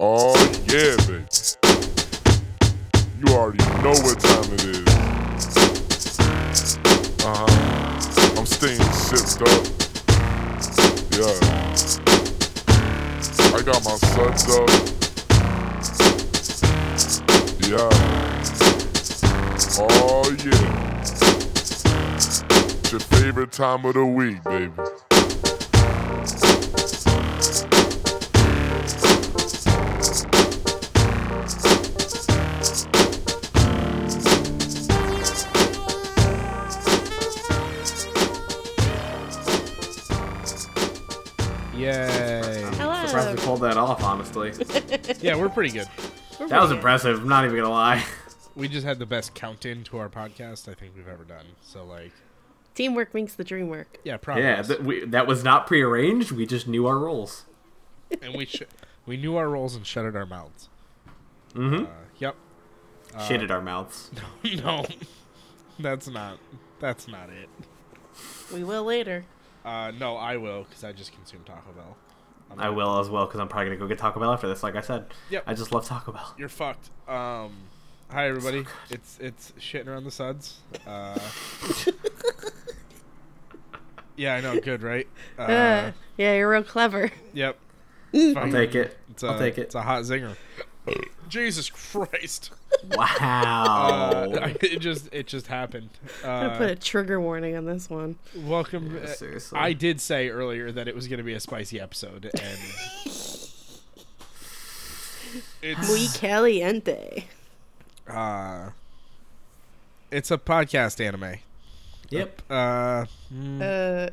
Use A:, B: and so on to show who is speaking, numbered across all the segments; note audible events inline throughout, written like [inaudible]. A: Oh, yeah, baby. You already know what time it is. Uh huh. I'm staying sipped up. Yeah. I got my suds up. Yeah. Oh, yeah. It's your favorite time of the week, baby.
B: Yay.
C: Um,
D: Surprised we pulled that off, honestly.
B: Yeah, we're pretty good.
D: That was impressive. I'm not even gonna lie.
B: We just had the best count in to our podcast I think we've ever done. So like,
C: Teamwork makes the dream work.
B: yeah, probably.
D: Yeah, that, we, that was not prearranged. We just knew our roles.
B: and we sh- we knew our roles and shuttered our mouths. Mm-hmm. Uh, yep. [laughs]
D: Shitted our mouths.
B: no, that's not that's not it.
C: We will later.
B: Uh, no, I will because I just consumed Taco Bell.
D: I will as well because I'm probably gonna go get Taco Bell after this. Like I said,
B: Yep.
D: I just love Taco Bell.
B: You're fucked. Um, hi everybody. It's it's shitting around the suds. Uh,
D: [laughs]
B: yeah, I know. Good, right? Uh,
C: Uh, yeah, you're real clever. [laughs]
B: Yep.
D: I'll take it.
B: It's a,
D: I'll take it.
B: It's a hot zinger. [laughs] Jesus Christ!
D: Wow.
B: Uh, [laughs] it just it just happened.
C: I put
B: Uh,
C: a trigger warning on this one.
B: welcome. uh,
D: [laughs] Seriously.
B: I did say earlier that it was going to be a spicy episode, [laughs] and
C: Muy
B: it's
C: caliente.
B: uh, it's a podcast anime.
D: Yep.
B: Uh,
C: Uh,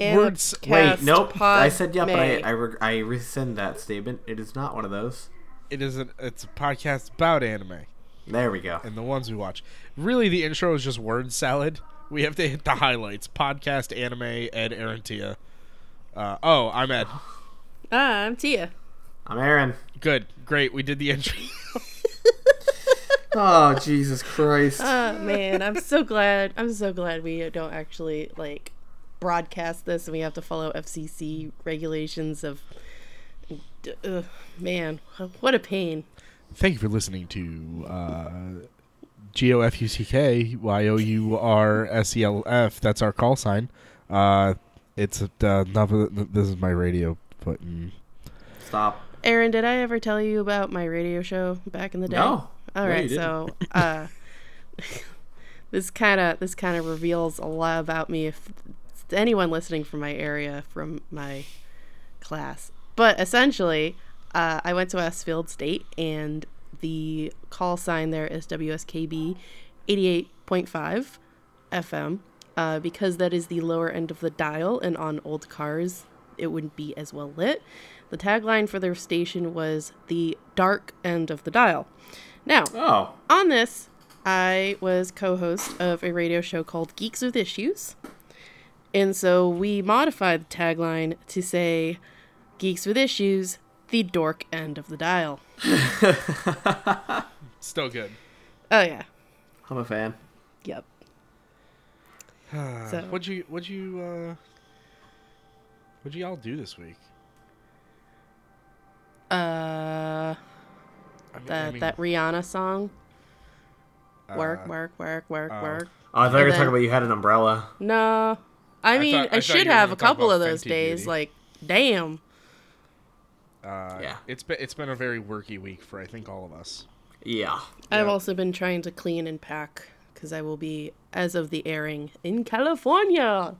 B: Words-
D: Hmm. Wait,
C: Anacast
D: nope. I said yeah, but I
C: Podmay.
D: I, re- I rescind that statement. It is not one of those.
B: it is a it's a podcast about anime
D: There we go.
B: and the ones we watch. Really, the intro is just word salad. We have to hit the highlights: podcast, anime, Ed Arantia. Uh, oh, I'm Ed.
C: Ah, I'm Tia. [laughs]
D: I'm Aaron.
B: Good, great. We did the intro.
D: Oh Jesus Christ.
C: Oh man, I'm so glad. I'm so glad we don't actually like broadcast this, and we have to follow FCC regulations of. D- ugh, man, what a pain.
B: Thank you for listening to uh, G O F U C K Y O U R S E L F. That's our call sign. Uh, it's uh, not, this is my radio button.
D: Stop.
C: Aaron, did I ever tell you about my radio show back in the day?
D: No.
C: All
D: No,
C: right,
D: you didn't.
C: so uh, [laughs] this kind of this kind of reveals a lot about me if to anyone listening from my area from my class. But essentially, uh, I went to Westfield State, and the call sign there is WSKB eighty eight point five FM uh, because that is the lower end of the dial, and on old cars, it wouldn't be as well lit. The tagline for their station was the dark end of the dial. Now,
D: Oh.
C: on this, I was co host of a radio show called Geeks with Issues. And so we modified the tagline to say Geeks with Issues, the dork end of the dial.
B: Still good.
C: Oh, yeah.
D: I'm a fan.
C: Yep.
B: Uh,
C: So-
B: What'd you What'd you uh, What'd you all do this week?
C: Uh,
B: I mean,
C: that,
B: I mean,
C: that Rihanna song. Work,
B: Uh,
C: work, work, work,
B: uh,
C: work.
D: Oh, I thought you were
C: And
D: talking
C: then-
D: about you had an umbrella.
C: No. I, mean,
B: thought-
C: I,
B: I thought you
C: should
B: were
C: have
B: gonna
C: a
B: talk
C: couple
B: about
C: of those
B: Fenty
C: days.
B: Beauty.
C: Like, damn.
B: uh,
D: Yeah.
B: It's been It's been a very worky week for I think all of us.
D: Yeah.
C: I've also been trying to clean and pack because I will be, as of the airing, in California.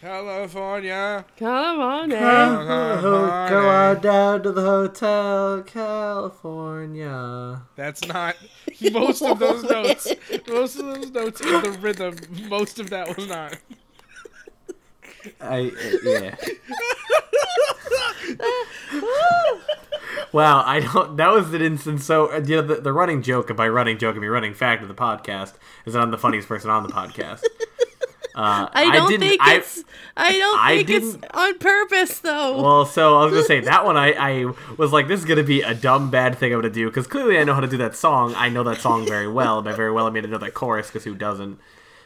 B: California.
C: Come on, man.
B: Uh-huh,
D: Go on down to the hotel, California.
B: That's not [laughs] most of those notes. Most of those notes in the rhythm. Most of that was not.
D: I uh, yeah. wow, I don't. That was an instance. So uh, you know, the, the running joke, and by running joke, I mean running fact of the podcast is that I'm the funniest person on the podcast. Uh,
C: I don't
D: didn't-
C: think
D: I-
C: it's. I don't
D: I
C: think it's
D: didn't-
C: on purpose, though.
D: Well, so I was gonna say that one. I, I was like, this is gonna be a dumb bad thing I'm gonna do because clearly I know how to do that song. I know that song very well. By very well, I mean I know that chorus because who doesn't?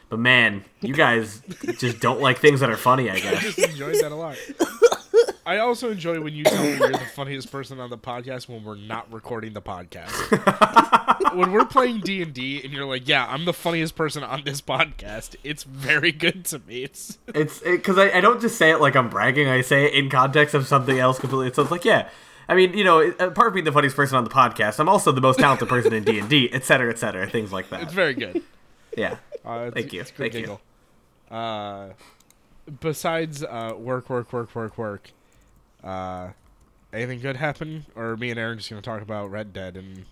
D: But man, you guys just don't like things that are funny. I guess
B: Just enjoyed that a lot. I also enjoy when you tell me you're the funniest person on the podcast when we're not recording the podcast. when we're playing D and D, and you're like, "Yeah, I'm the funniest person on this podcast." It's very good to me. It's
D: It's because I, I don't just say it like I'm bragging. I say it in context of something else completely. So it's like, yeah, I mean, you know, apart from being the funniest person on the podcast, I'm also the most talented person in D and D, et cetera, et cetera, things like
B: it's
D: that.
B: very good.
D: Yeah,
B: Uh, it's-
D: Thank you.
B: it's a good
D: Thank you.
B: giggle. Uh, besides uh, work, work, work, work, work. Uh, anything good happen, or me and Aaron just gonna talk about Red Dead and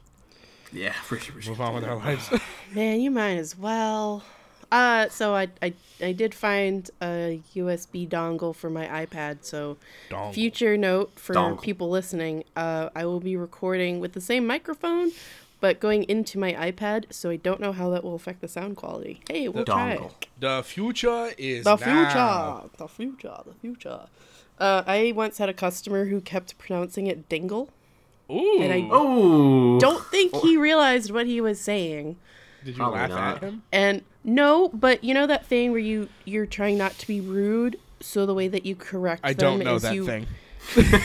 D: yeah, for sure. for sure.
B: move on with our lives?
C: Man, you might as well. Uh, so I, I I did find a USB dongle for my iPad. So
B: Dongle.
C: future note for
D: Dongle.
C: people listening, uh, I will be recording with the same microphone, but going into my iPad. So I don't know how that will affect the sound quality. Hey, we'll try.
D: Dongle.
B: the future is
C: The
B: now.
C: future, the future, the future. Uh, I once had a customer who kept pronouncing it dingle.
B: Ooh,
C: And I-
D: Oh,
C: Don't think
B: [laughs]
C: he realized what he was saying.
B: did you
D: Probably
B: laugh
D: not.
B: at him?
C: And no, but you know that thing where you you're trying not to be rude, so the way that you correct
B: I
C: them
B: don't know
C: is
B: that
C: you
B: thing.
C: [laughs]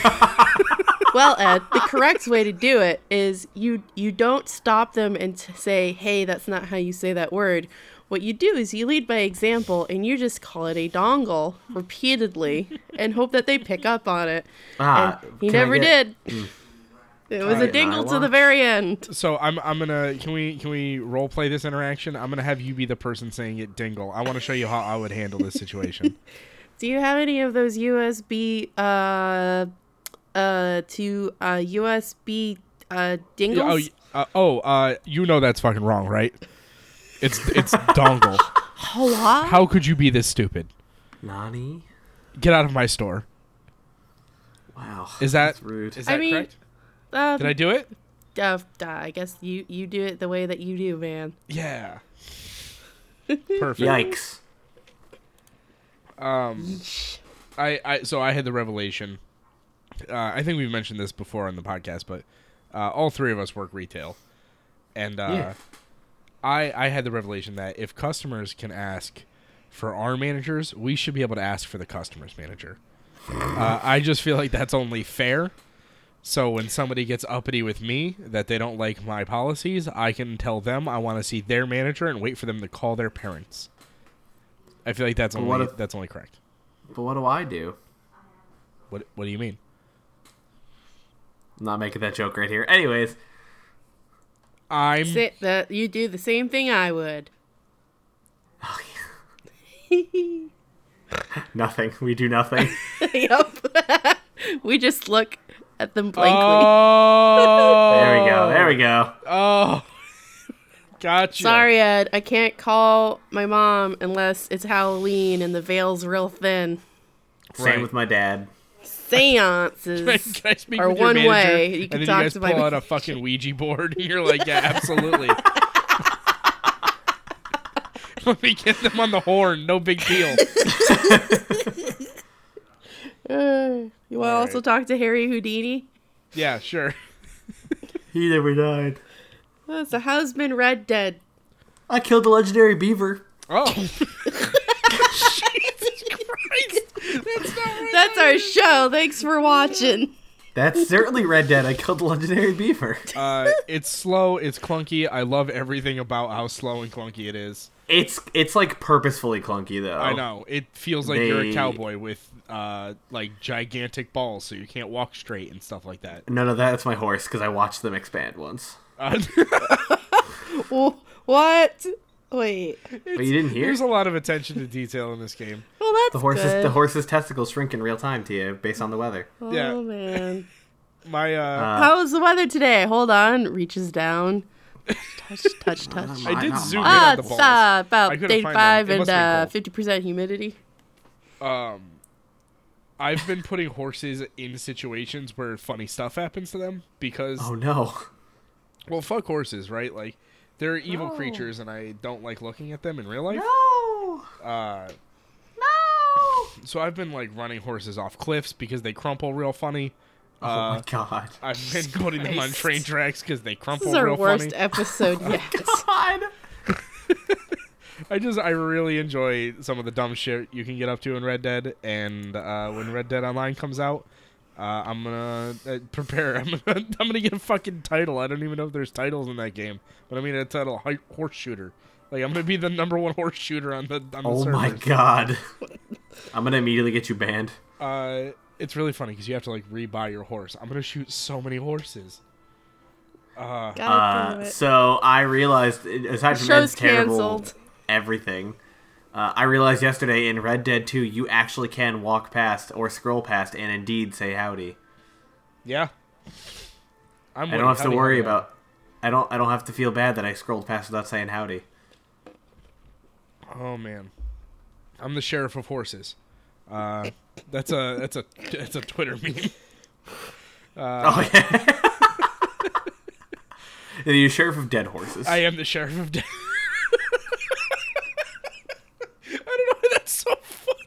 C: Well, Ed, the correct way to do it is you you don't stop them and t- say, "Hey, that's not how you say that word." What you do is you lead by example and you just call it a dongle
B: [laughs]
C: repeatedly and hope that they pick up on it.
D: ah,
C: And he
D: can I
C: never
D: get-
B: Mm.
C: did. It was a
D: I get an eye
C: dingle to the
D: watch?
C: very end.
B: So I'm I'm gonna can we can we role play this interaction? I'm gonna have you be the person saying it, Dingle. I want to show you how I would handle this
C: [laughs]
B: situation.
C: Do you have any of those USB uh uh to uh USB uh
B: oh,
C: dingles?
B: y- uh, oh, uh, you know that's fucking wrong, right? It's it's Dongle.
C: Hello?
B: How could you be this stupid?
D: Nani.
B: Get out of my store.
D: Wow,
B: Is that
D: That's rude.
B: Is
C: I
B: that
C: mean-
B: correct?
C: Um,
B: Did I do it?
C: uh, duh, I guess you you do it the way that you do, man.
B: Yeah. Perfect.
D: Yikes.
B: I, I so I had the revelation. Uh, I think we've mentioned this before on the podcast, but uh, all three of us work retail, and uh,
D: Yeah.
B: I I had the revelation that if customers can ask for our managers, we should be able to ask for the customer's manager. Uh, I just feel like that's only fair. So when somebody gets uppity with me that they don't like my policies, I can tell them I want to see their manager and wait for them to call their parents. I feel like that's only
D: what if-
B: that's only correct.
D: But what do I do?
B: What What do you mean?
D: I'm not making that joke right here. Anyways,
B: I'm
C: Sit that you do the same thing I would. [laughs]
D: nothing. We do
B: [laughs]
D: nothing.
C: yep. [laughs] we just look at them blankly.
B: Oh,
D: There we go. There we go.
B: Oh, [laughs] gotcha.
C: Sorry, Ed. I can't call my mom unless it's Halloween and the veil's real
B: [laughs]
C: thin.
B: Right.
D: Same with my dad.
C: Seances.
B: [laughs] Can I speak
C: Or
B: with your
C: one
B: manager?
C: way, you
B: and
C: can
B: then
C: talk
B: you guys
C: to
B: pull
C: my
B: out a fucking Ouija board, and you're like, yeah,
C: [laughs]
B: absolutely. [laughs] Let me get them on the horn. No big deal.
C: Uh, you want to also
B: right.
C: talk to Harry Houdini?
B: Yeah, sure.
D: He never died.
C: Oh, so how's been Red Dead?
D: I killed the legendary beaver.
B: Oh. Jesus Christ. That's not right.
C: That's our show. Thanks for
B: [laughs]
C: watching.
D: That's certainly Red Dead. I killed the legendary beaver.
B: Uh, it's slow. It's clunky. I love everything about how slow and clunky it is.
D: It's it's like purposefully clunky though.
B: I know. It feels like you're a
D: Oh. They-
B: cowboy with uh like gigantic balls so you can't walk straight and stuff like that. [laughs]
D: No, no, that's my horse because I watched them expand once.
B: Uh,
C: Wh- What? Wait.
D: But you didn't hear.
B: there's a lot of attention to detail in this game.
C: Well, that's
D: The horse's
C: good.
D: the horse's testicles shrink in real time to you based on the weather.
C: Oh
B: yeah.
D: [laughs]
C: man.
B: My uh,
C: How was the weather today? Hold on. Reaches down. Touch, touch,
D: [laughs]
C: touch.
B: I did zoom in
C: Ah,
B: on the
C: it's
B: balls.
C: uh, about
B: I couldn't find them.
C: 85
B: It
C: and
B: must have been
C: uh,
B: cold.
C: 50% humidity.
B: I've been putting horses in situations where funny stuff happens to them because
D: Oh no.
B: well fuck horses, right? Like they're evil
D: No.
B: creatures and I don't like looking at them in real life.
D: No.
B: Uh
D: No.
B: so I've been like running horses off cliffs because they crumple real funny.
D: Oh
B: Uh,
D: my god.
B: I've been
C: [laughs]
B: putting them on
C: Christ.
B: train tracks because they crumple
C: This is our
B: real
C: worst
B: funny. [laughs]
C: episode yet.
D: God.
B: I just I really enjoy some of the dumb shit you can get up to in Red Dead, and uh, when Red Dead Online comes out, Uh, I'm gonna uh, prepare. [laughs] I'm gonna, I'm gonna get a fucking title. I don't even know if there's titles in that game, but I'm gonna title hi- horse shooter. Like I'm gonna be the number one [laughs] horse shooter on the on the
D: Oh my
B: servers.
D: god. [laughs] I'm gonna immediately get you banned.
B: Uh, it's really funny because you have to like rebuy your horse. I'm gonna shoot so many horses.
C: God damn
D: Uh,
C: it.
D: so I realized, aside from
C: show's
D: Ed's terrible
C: canceled.
D: everything, uh, I realized yesterday in Red Dead 2, you actually can walk past or scroll past and indeed say howdy.
B: Yeah. I'm
D: I
B: winning.
D: don't have to
B: Howdy,
D: worry
B: howdy.
D: about. I don't. I don't have to feel bad that I scrolled past without saying howdy.
B: Oh man, I'm the sheriff of horses.
D: [laughs]
B: Uh, that's a that's a that's a Twitter meme.
D: oh yeah. [laughs] Are you sheriff of dead horses?
B: I am the sheriff of death. [laughs] I don't know why that's so funny.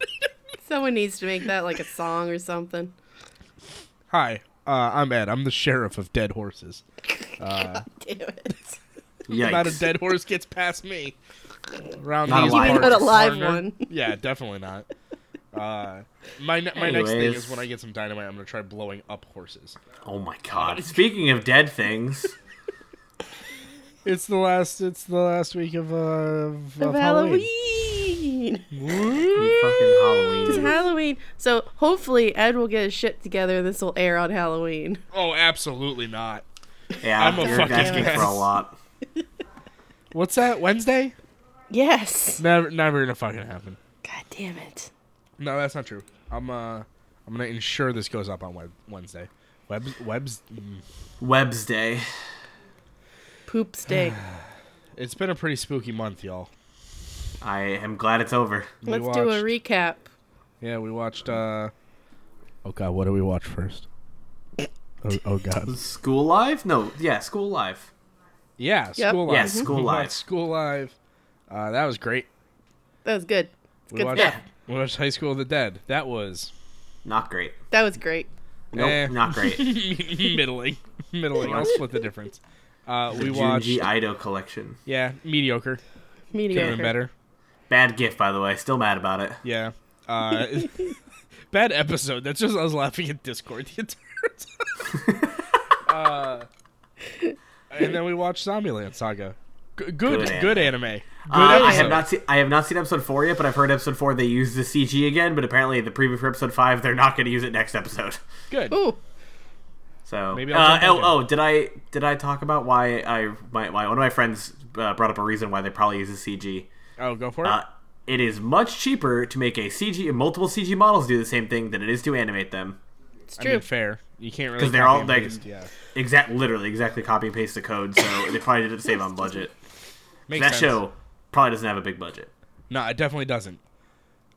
C: Someone needs to make that like a song or something. [laughs]
B: Hi, uh, I'm Ed. I'm the sheriff of dead horses.
C: Damn it.
D: Yikes.
B: Not a dead horse gets past me. Round
D: Not
B: these
D: alive.
B: parts,
D: Even not
C: a live
B: partner.
C: one.
B: Yeah, definitely not. Uh, my ne- my next thing
D: Anyways.
B: is when I get some dynamite, I'm gonna try blowing up horses.
D: Oh my god. Speaking of dead things,
B: It's the last. It's the last week of uh of,
C: Of Halloween. [laughs]
D: you fucking
C: It's
D: Halloween.
C: Halloween. So hopefully Ed will get his shit together. This will air on Halloween.
B: Oh, absolutely not.
D: Yeah,
B: I'm a
D: you're
B: fucking
D: asking for a
B: mess.
D: lot.
B: What's that? Wednesday?
C: Yes.
B: Never, never gonna fucking happen.
C: God damn it.
B: No, that's not true. I'm uh, I'm gonna ensure this goes up on web- Wednesday. Web webs. mm.
D: Web's Day.
C: Poop steak.
B: It's been a pretty spooky month, y'all.
D: I am glad it's over.
B: [sighs] We
C: Let's do a
B: watched-
C: recap.
B: Yeah, we watched. uh Oh God, what do we watch first? Oh, oh God.
D: School Live? No, yeah, School Live.
B: Yeah,
C: Yep.
B: school live.
D: Yeah, School
B: We watched
D: Live.
B: School live. Uh, that was great.
C: That was good. It's
B: We
C: good
B: watched.
C: stuff.
B: We watched High School of the Dead. That was [laughs]
D: Not great.
C: That was great.
D: Nope,
B: Eh. [laughs]
D: not great.
B: middling, [laughs] middling. I'll split the difference. Uh, we watched.
D: Junji Ido collection.
B: Yeah, mediocre. Could have
C: Mediocre.
B: been better.
D: Bad gift, by the way. Still mad about it.
B: Yeah. Uh, [laughs] bad episode. That's just us laughing at Discord the entire time. uh, and then we watched Zombieland Saga. G- good, good,
D: anime.
B: anime. Good
D: Uh, I
B: episode.
D: have not seen. I have not seen episode four yet, but I've heard episode four they use the CG again. But apparently, the preview for episode five, they're not going to use it next episode. [laughs]
B: Good.
C: Ooh.
D: So
B: Maybe I'll
D: uh,
B: jump
D: oh
B: back in.
D: oh did I did I talk about why I my, my one of my friends uh, brought up a reason why they probably use the CG.
B: Oh, go for it.
D: Uh, it is much cheaper to make a CG multiple CG models do the same thing than it is to animate them.
C: It's
B: I
C: true.
B: mean, fair. You can't really.
D: 'Cause they're
B: copy
D: all,
B: and
D: like-
B: paste, yeah.
D: Exact, literally, exactly copy and paste the code. So they probably did it to save on budget.
B: [laughs] Makes
D: That
B: sense.
D: show probably doesn't have a big budget.
B: No, it definitely doesn't.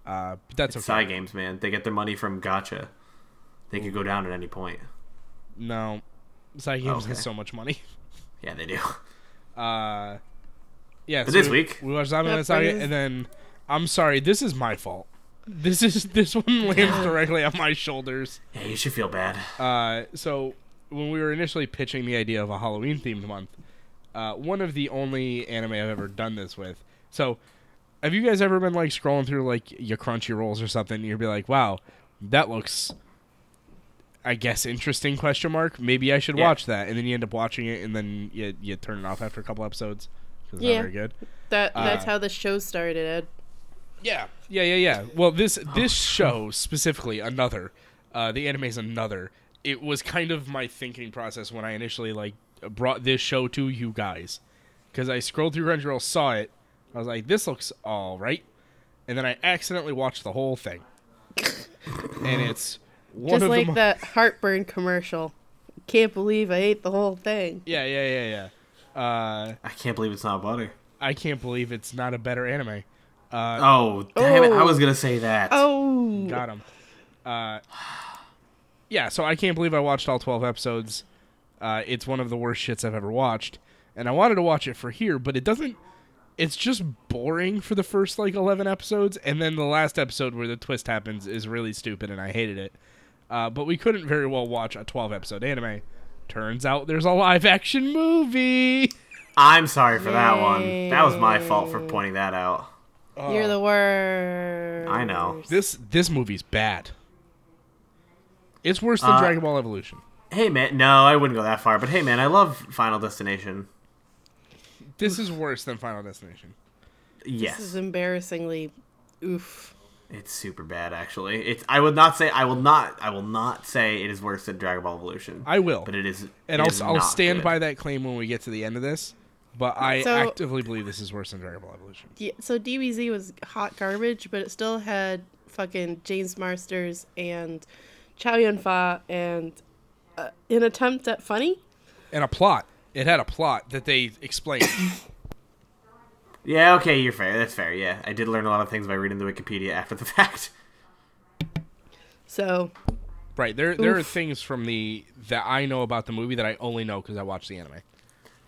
B: Uh, but that's okay.
D: Side games, man, they get their money from Gotcha. They could go down at any point.
B: No, Side Games
D: Okay.
B: has so much money. [laughs]
D: Yeah, they do. [laughs]
B: Uh, yeah. But
D: this week-
B: we watched Zombieland
C: That
B: Saga,
C: brings-
B: and then I'm sorry, this is my fault. This is [laughs] this one lands directly on my shoulders.
D: Yeah, you should feel bad.
B: Uh, so when we were initially pitching the idea of a Halloween themed month, uh, one of the only anime I've ever done this with. So have you guys ever been like scrolling through like your Crunchy Rolls or something? And you'd be like, wow, that looks. I guess interesting question mark. Maybe I should
D: Yeah.
B: watch that, and then you end up watching it, and then you, you turn it off after a couple episodes 'cause it's
C: Yeah.
B: not very good.
C: That
B: uh,
C: that's how the show started, Ed.
B: Yeah, yeah, yeah, yeah. Well, this this show specifically, another, uh, the anime's another. It was kind of my thinking process when I initially like brought this show to you guys, because I scrolled through Crunchyroll, saw it, I was like, this looks all right, and then I accidentally watched the whole thing, and it's one
C: Just
B: of
C: like
B: the mo-
C: that heartburn commercial. Can't believe I ate the whole thing.
B: Yeah, yeah, yeah, yeah. Uh,
D: I can't believe it's not butter.
B: I can't believe it's not a better anime. uh,
D: Oh, damn it! I
C: Oh.
D: was gonna say that.
C: Oh,
B: Got him. Uh, yeah, so I can't believe I watched all 12 episodes. Uh, it's one of the worst shits I've ever watched. And I wanted to watch it for here, but it doesn't. It's just boring for the first like 11 episodes. And then the last episode where the twist happens is really stupid, and I hated it. Uh, but we couldn't very well watch a 12 episode anime. Turns out there's a live action movie.
D: I'm sorry for that one. That was my fault for pointing that out.
C: you're
B: Oh.
C: the worst.
D: I know.
B: This this movie's bad. It's worse than Dragon Ball Evolution.
D: Hey man, no, I wouldn't go that far, but hey man, I love Final Destination.
B: This is worse than Final Destination.
D: Yes,
C: This is embarrassingly oof.
D: it's super bad actually. It's I would not say I will not I will not say it is worse than Dragon Ball Evolution.
B: I will.
D: but it is,
B: and
D: it
B: I'll,
D: is
B: I'll
D: not
B: stand
D: good.
B: by that claim when we get to the end of this. But I
C: So-
B: actively believe this is worse than Dragon Ball Evolution.
C: Yeah, so DBZ was hot garbage, but it still had fucking James Marsters and Chow Yun Fa and uh, an attempt at funny.
B: And a plot. It had a plot that they explained. [coughs]
D: Yeah, okay, you're fair. That's fair. Yeah, I did learn a lot of things by reading the Wikipedia after the [laughs] fact.
C: So
B: right. There there are
C: Oof.
B: things from the that I know about the movie that I only know because I watched the anime.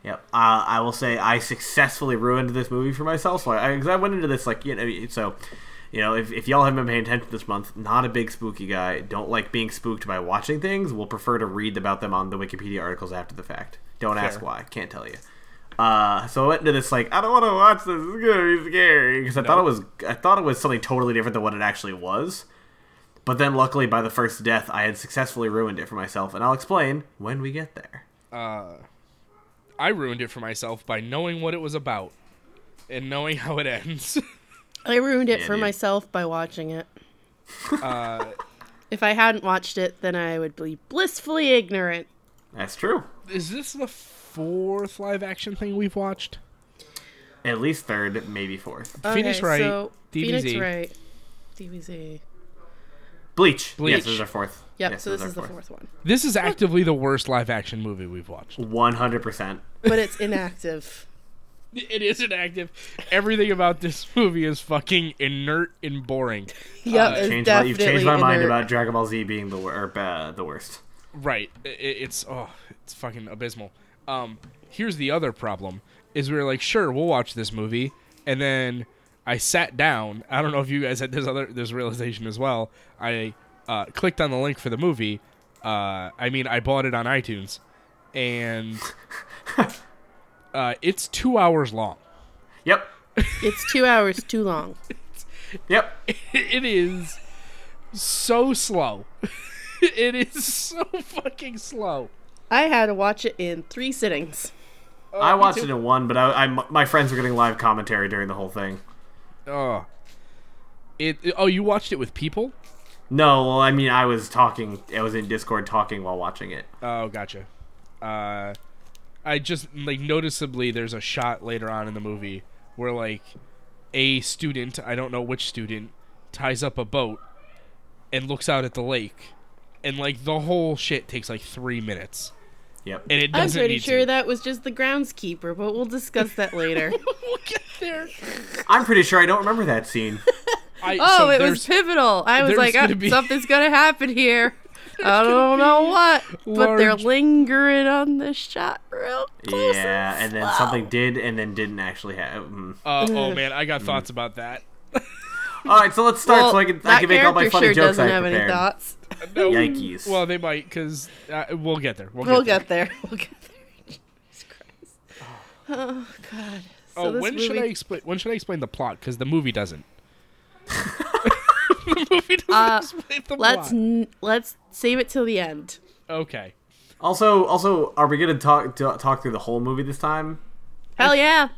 D: Yep. Uh, I will say I successfully ruined this movie for myself. So I, 'cause I went into this like you know, so you know, if, if y'all haven't been paying attention this month, not a big spooky guy. Don't like being spooked by watching things. Will prefer to read about them on the Wikipedia articles after the fact. Don't ask why. Can't tell you. Uh, so I went into this like I don't want to watch this. It's gonna be scary because I thought it was I thought it was something totally different than what it actually was. But then, luckily, by the first death, I had successfully ruined it for myself, and I'll explain when we get there.
B: I ruined it for myself by knowing what it was about and knowing how it ends. [laughs]
C: I ruined it
D: Yeah,
C: for
D: dude. Uh,
C: myself by watching it. [laughs] if I hadn't watched it, then I would be blissfully ignorant.
D: That's true.
B: is this the fourth live action thing we've watched?
D: At least third, maybe fourth.
B: Phoenix Wright,
C: So
B: DBZ.
C: Phoenix Wright, DBZ.
D: Bleach.
B: Bleach.
D: Yes, this is our fourth.
C: Yep.
D: Yes,
C: so this
D: our
C: is the fourth one,
B: This is actively the worst live action movie we've watched.
D: 100%.
C: but it's
D: [laughs]
C: inactive.
D: Uh,
B: It is inactive. Everything about this [laughs] movie is fucking inert and boring.
C: Yep, it's
D: Changed my,
C: definitely
D: you've changed my mind
C: inert.
D: about Dragon Ball Z being the, wor- or, uh, the worst.
B: Right. I- i- it's oh, it's fucking abysmal. Um, here's the other problem: is we were like, sure, we'll watch this movie, and then I sat down. I don't know if you guys had this other this realization as well. I uh, clicked on the link for the movie. Uh, I mean, I bought it on iTunes, and [laughs] uh, it's two hours long.
D: Yep.
C: It's two hours too long. [laughs]
D: Yep.
B: it is so slow. [laughs] it is so fucking slow.
C: I had to watch it in three sittings. Oh,
D: I watched
B: too.
D: it in one, but I, I, my friends were getting live commentary during the whole thing.
B: Oh. It, it- oh, you watched it with people?
D: No, well, I mean, I was talking, I was in Discord talking while watching it.
B: Oh, gotcha. Uh, I just like noticeably there's a shot later on in the movie where like a student, I don't know which student, ties up a boat and looks out at the lake, and like the whole shit takes like three minutes,
D: Yep.
B: and it
C: I'm
B: doesn't.
C: pretty
B: need
C: sure
B: to.
C: that was just the groundskeeper, but we'll discuss
B: [laughs]
C: that later.
B: we'll get there.
D: I'm pretty sure I don't remember
C: [laughs]
D: that scene.
B: I,
C: oh,
B: so
C: it
B: there's-
C: was pivotal. I was
B: there's
C: like,
B: gonna
C: oh,
B: be-
C: something's gonna happen
B: [laughs]
C: here. I don't know what, but they're
B: large-
C: lingering on this shot real close.
D: yeah, and then something did and then didn't actually mm. happen.
B: Uh, oh man, I
D: Mm.
B: got thoughts about that.
D: All right, so let's start
C: Well,
D: so I can, I
C: that
D: can make all my
C: character
D: funny
C: sure
D: jokes
C: doesn't
D: I
C: have any
D: prepared.
C: thoughts.
B: No.
D: Yikes.
B: Well, they might because uh, we'll get there. We'll,
C: We'll
B: get,
C: get there. We'll get there. [laughs] Jesus Christ. Oh God. So
B: Oh,
C: this
B: when should I
C: movie-
B: explain? When should I explain the plot? Because the movie doesn't. [laughs] the movie doesn't explain the
C: Uh, Let's
B: plot.
C: n- let's save it till the end.
B: Okay.
D: Also, also, are we gonna talk to, talk through the whole movie this time?
C: Hell yeah!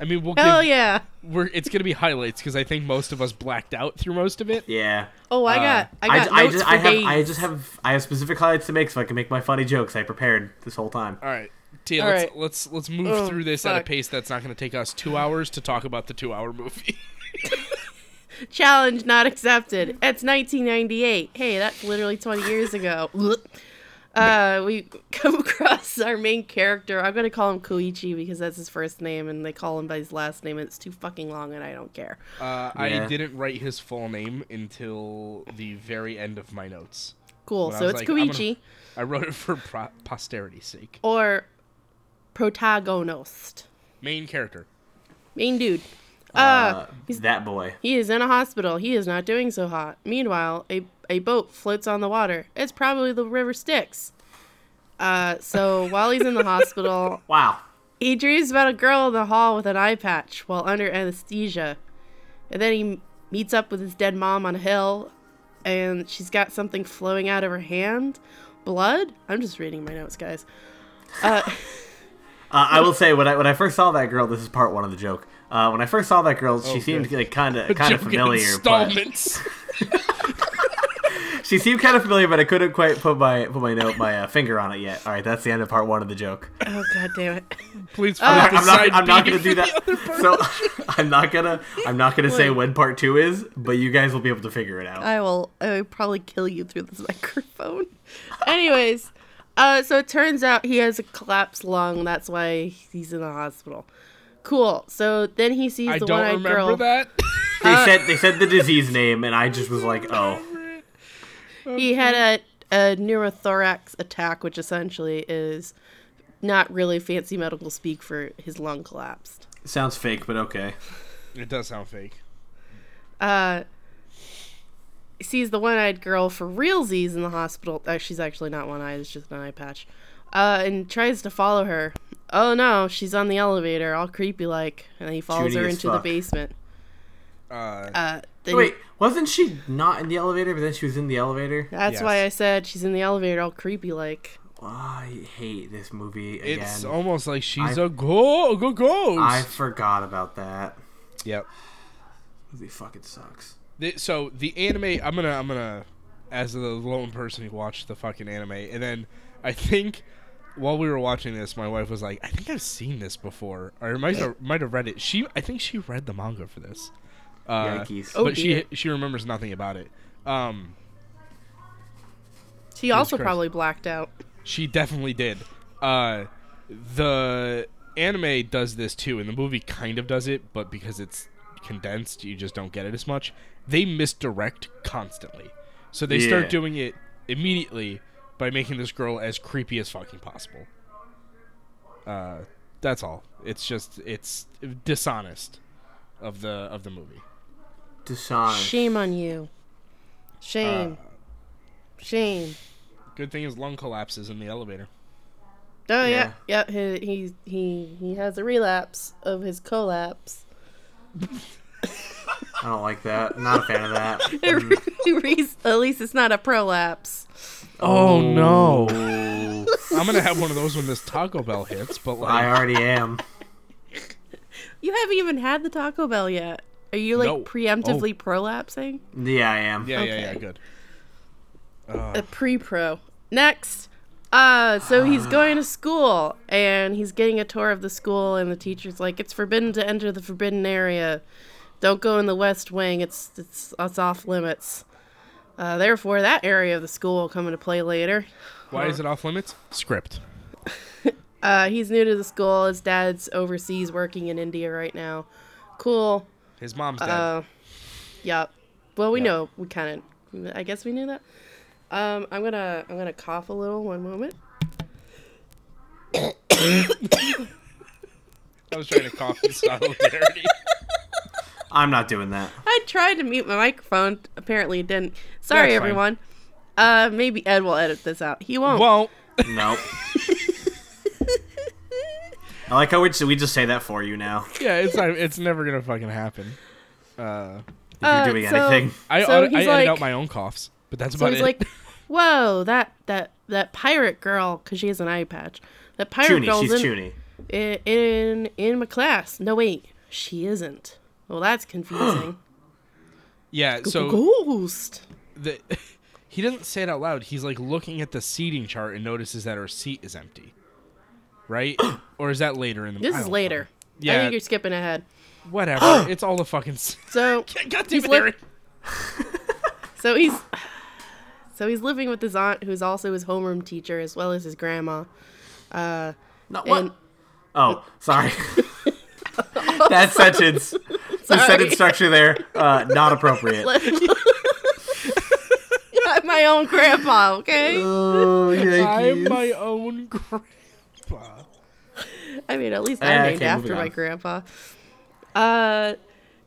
B: I mean, we'll.
C: Hell
B: give,
C: yeah!
B: We're, it's gonna be highlights because I think most of us blacked out through most of it.
D: Yeah,
C: Oh, I got I got
D: Uh, I,
C: notes
D: just,
C: for
D: I have,
C: days.
D: I just have, I have specific highlights to make so I can make my funny jokes I prepared this whole time.
C: Uh,
B: All right. Tia,
C: All
B: let's,
C: right.
B: let's let's move
C: Oh,
B: through this at a
C: fuck.
B: pace that's not going to take us two hours to talk about the two-hour movie. [laughs]
C: Challenge not accepted. It's 1998. Hey, that's literally 20 years ago. [laughs] Uh, we come [laughs] across our main character. I'm gonna call him Koichi because that's his first name, and they call him by his last name. And it's too fucking long, and I don't care.
B: Uh, I
D: Yeah.
B: didn't write his full name until the very end of my notes.
C: Cool.
B: When I
C: so
B: was
C: it's
B: like, I'm gonna-
C: Koichi
B: [laughs] I wrote it for pro- posterity's sake.
C: or protagonist,
B: Main character.
C: main dude.
D: Uh, that boy.
C: He is in a hospital. He is not doing so hot. Meanwhile, a, a boat floats on the water. It's probably the River Styx. Uh, so while he's in
B: [laughs]
C: the hospital,
D: Wow.
C: he dreams about a girl in the hall with an eye patch while under anesthesia. And then he meets up with his dead mom on a hill. and she's got something flowing out of her hand. Blood? I'm just reading my notes, guys. Uh,
D: Uh, I will say when I when I first saw that girl, this is part one of the joke. Uh, when I first saw that girl,
E: Oh,
D: she seemed like
E: [laughs]
D: kind of kind of familiar. But [laughs]
E: Installments.
D: she seemed kind of familiar, but I couldn't quite put my put my note my uh, finger on it yet. All right, that's the end of part one of
E: [laughs]
D: the joke.
C: oh god damn it. [laughs]
E: Please fill out the
D: I'm not,
E: side
D: I'm not
E: B
D: gonna do
E: for the
D: that.
E: other part.
D: So [laughs] I'm not gonna I'm not gonna say when part two is, but you guys will be able to figure it out.
C: I will I will probably kill you through this [laughs] microphone. Anyways, uh, so it turns out he has a collapsed lung. That's why he's in the hospital. Cool. So then he sees
E: I
C: the
E: don't
C: one-eyed
E: remember
C: girl.
E: that.
C: [laughs]
D: They
C: Uh,
D: said they said the disease name, and I just was like, oh,
C: He had a, a neurothorax attack, which essentially is not really fancy medical speak for his lung collapsed.
D: sounds fake, but okay.
B: It does sound fake.
C: Uh, sees the one-eyed girl for realsies in the hospital. Uh, she's actually not one-eyed; it's just an eye patch. Uh, and tries to follow her. Oh no, she's on the elevator, all creepy like, and he follows
D: Judy
C: her
D: as
C: into
D: fuck.
C: the basement.
B: Uh,
C: Uh, then
D: Wait, wasn't she not in the elevator? But then she was in the elevator.
C: that's
B: Yes.
C: why I said she's in the elevator, all creepy like.
D: I hate this movie again.
B: it's almost like she's
D: I-
B: a go go ghost.
D: I forgot about that.
B: yep.
D: Movie fucking sucks.
B: The, so the anime, I'm gonna, I'm gonna, as the lone person who watched the fucking anime, and then I think while we were watching this, my wife was like, "I think I've seen this before, or I might have, might have read it." She, I think she read the manga for this. Uh,
D: Yankees.
C: Oh,
B: but she
C: dear.
B: she remembers nothing about it. Um,
C: She also
B: Christ.
C: probably blacked out.
B: She definitely did. Uh, the anime does this too, and the movie kind of does it, but because it's condensed, you just don't get it as much. They misdirect constantly, so they
D: Yeah.
B: start doing it immediately by making this girl as creepy as fucking possible. Uh, that's all. It's just it's dishonest of the of the movie.
D: Oh, Dishonest.
C: Shame on you. Shame. Shame.
B: Good thing his lung collapses in the elevator.
C: Oh yeah, yeah. He, he he he has a relapse of his [laughs] collapse.
D: I don't like that. Not a fan of
C: [laughs]
D: that.
C: At least it's not a prolapse.
B: Oh, no!
D: Oh,
B: I'm gonna have one of those when this Taco Bell hits, but like.
D: [laughs] I already am.
C: You haven't even had the Taco Bell yet. Are you like
B: No.
C: preemptively prolapsing?
D: Yeah, I am.
B: Yeah, yeah,
C: Okay.
B: yeah, good.
C: A pre-pro. Next. Uh, so he's going to school and he's getting a tour of the school and the teacher's like, "It's forbidden to enter the forbidden area. Don't go in the west wing. It's it's it's off limits." Uh, therefore, that area of the school will come into play later.
B: Why is it off limits? Script.
C: Uh, he's new to the school. His dad's overseas working in India right now. Cool.
B: His mom's dead.
C: Uh, yep. Well, we know. We kind of. I guess we knew that. Um, I'm gonna. I'm gonna cough a little. One moment.
B: I was trying to cough in [laughs]
C: [laughs]
B: solidarity.
D: I'm not doing that.
C: I tried to mute my microphone. Apparently, it didn't. Sorry,
B: That's fine.
C: everyone. Uh, maybe Ed will edit this out. He won't.
B: well,
D: Nope. I like how we just, we just say that for you now.
B: yeah, it's not, it's never gonna fucking happen. Uh,
D: If
C: Uh,
D: you're doing
C: so-
D: anything.
B: I
C: So
B: I, I
C: [laughs] he's
B: edit
C: like-
B: out my own coughs, but that's
C: So
B: about
C: he's
B: it.
C: like, "Whoa, that that that pirate girl, because she has an eye patch. That pirate
D: Chuny,
C: girl's in,
D: she's Chuny.
C: in in in my class. No wait, she isn't.
B: [gasps]
C: Well, that's confusing.
B: yeah, so
C: Ghost.
B: the, [laughs] he doesn't say it out loud. He's like looking at the seating chart and notices that her seat is empty.
C: [coughs]
B: Right? or is that later in the?
C: This
B: I
C: is
B: don't
C: later. I
B: Yeah.
C: think you're skipping ahead.
B: know.
C: [gasps]
B: Whatever. it's all the fucking. s- [laughs]
C: So
B: God damn
C: He's
B: it,
C: look-
B: Eric.
C: so he's [sighs] so he's living with his aunt, who's also his homeroom teacher as well as his grandma.
D: No,
C: And-
D: what? Oh, sorry. [laughs] that sentence. The sentence structure there, uh, not appropriate.
C: Not [laughs] my own grandpa, okay?
D: Oh,
B: I'm
D: Yankees.
B: my own [laughs] grandpa.
C: I mean, at least
D: Yeah,
C: I'm named
D: Ah, okay,
C: after
D: moving
C: my
D: on.
C: grandpa. Uh,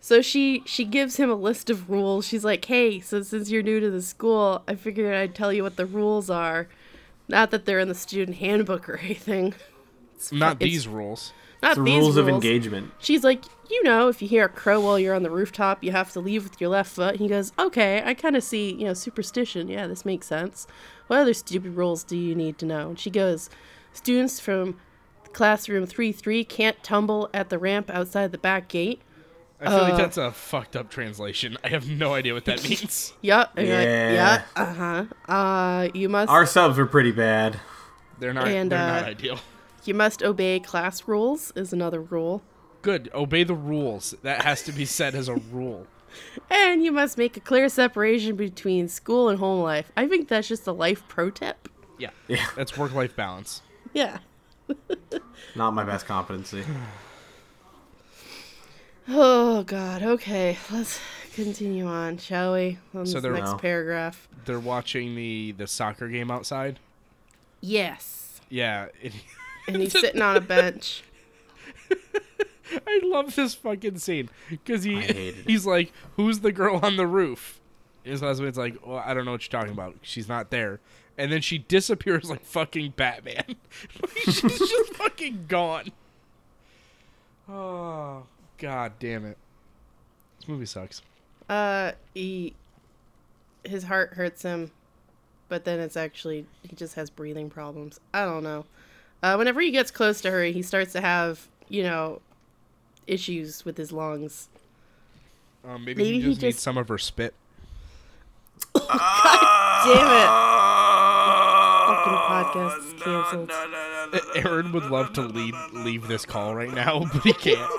C: so she she gives him a list of rules. She's like, "Hey, so since you're new to the school, I figured I'd tell you what the rules are. Not that they're in the student handbook or [laughs] anything, It's fu-
B: Not
C: it's-
B: these rules.
C: Not
D: The
C: these
D: rules of engagement.
C: She's like, you know, if you hear a crow while you're on the rooftop, you have to leave with your left foot. And he goes, okay, I kind of see, you know, superstition. Yeah, this makes sense. What other stupid rules do you need to know? And she goes, students from classroom 3 3 can't tumble at the ramp outside the back gate.
B: I feel like that's a fucked up translation. I have no idea what that means.
C: Yup. And you're like,
D: Yeah.
C: yup. Uh huh. Uh, you must.
D: Our subs were pretty bad.
B: [laughs] They're not.
C: And,
B: they're not
C: uh,
B: ideal.
C: You must obey class rules is another rule.
B: Good. Obey the rules. That has to be said as a rule.
C: And you must make a clear separation between school and home life. I think that's just a life pro tip.
B: [laughs]
C: [laughs]
B: Yeah. Yeah. That's work-life balance.
C: Yeah.
D: Not my best competency.
C: Oh God. Okay, let's continue on, shall we? On
B: So
C: this
B: there-
C: next
D: No.
C: paragraph.
B: They're watching the the soccer game outside.
C: Yes.
B: Yeah. it-
C: And he's sitting on a bench.
B: I love this fucking scene because he
D: hated it.
B: he's like, "Who's the girl on the roof?" And his husband's like, "Well, I don't know what you're talking about. She's not there." And then she disappears like fucking Batman. [laughs] She's just fucking gone. Oh god damn it! This movie sucks.
C: Uh, he, his heart hurts him, but then it's actually he just has breathing problems. I don't know. Uh, whenever he gets close to her, he starts to have you know issues with his lungs.
B: Um, maybe,
C: Maybe
B: he
C: he
B: just needs
C: just-
B: some of her spit.
C: Damn it! Fucking podcast is canceled.
B: Aaron would love to leave leave this call right now, [laughs] but he can't.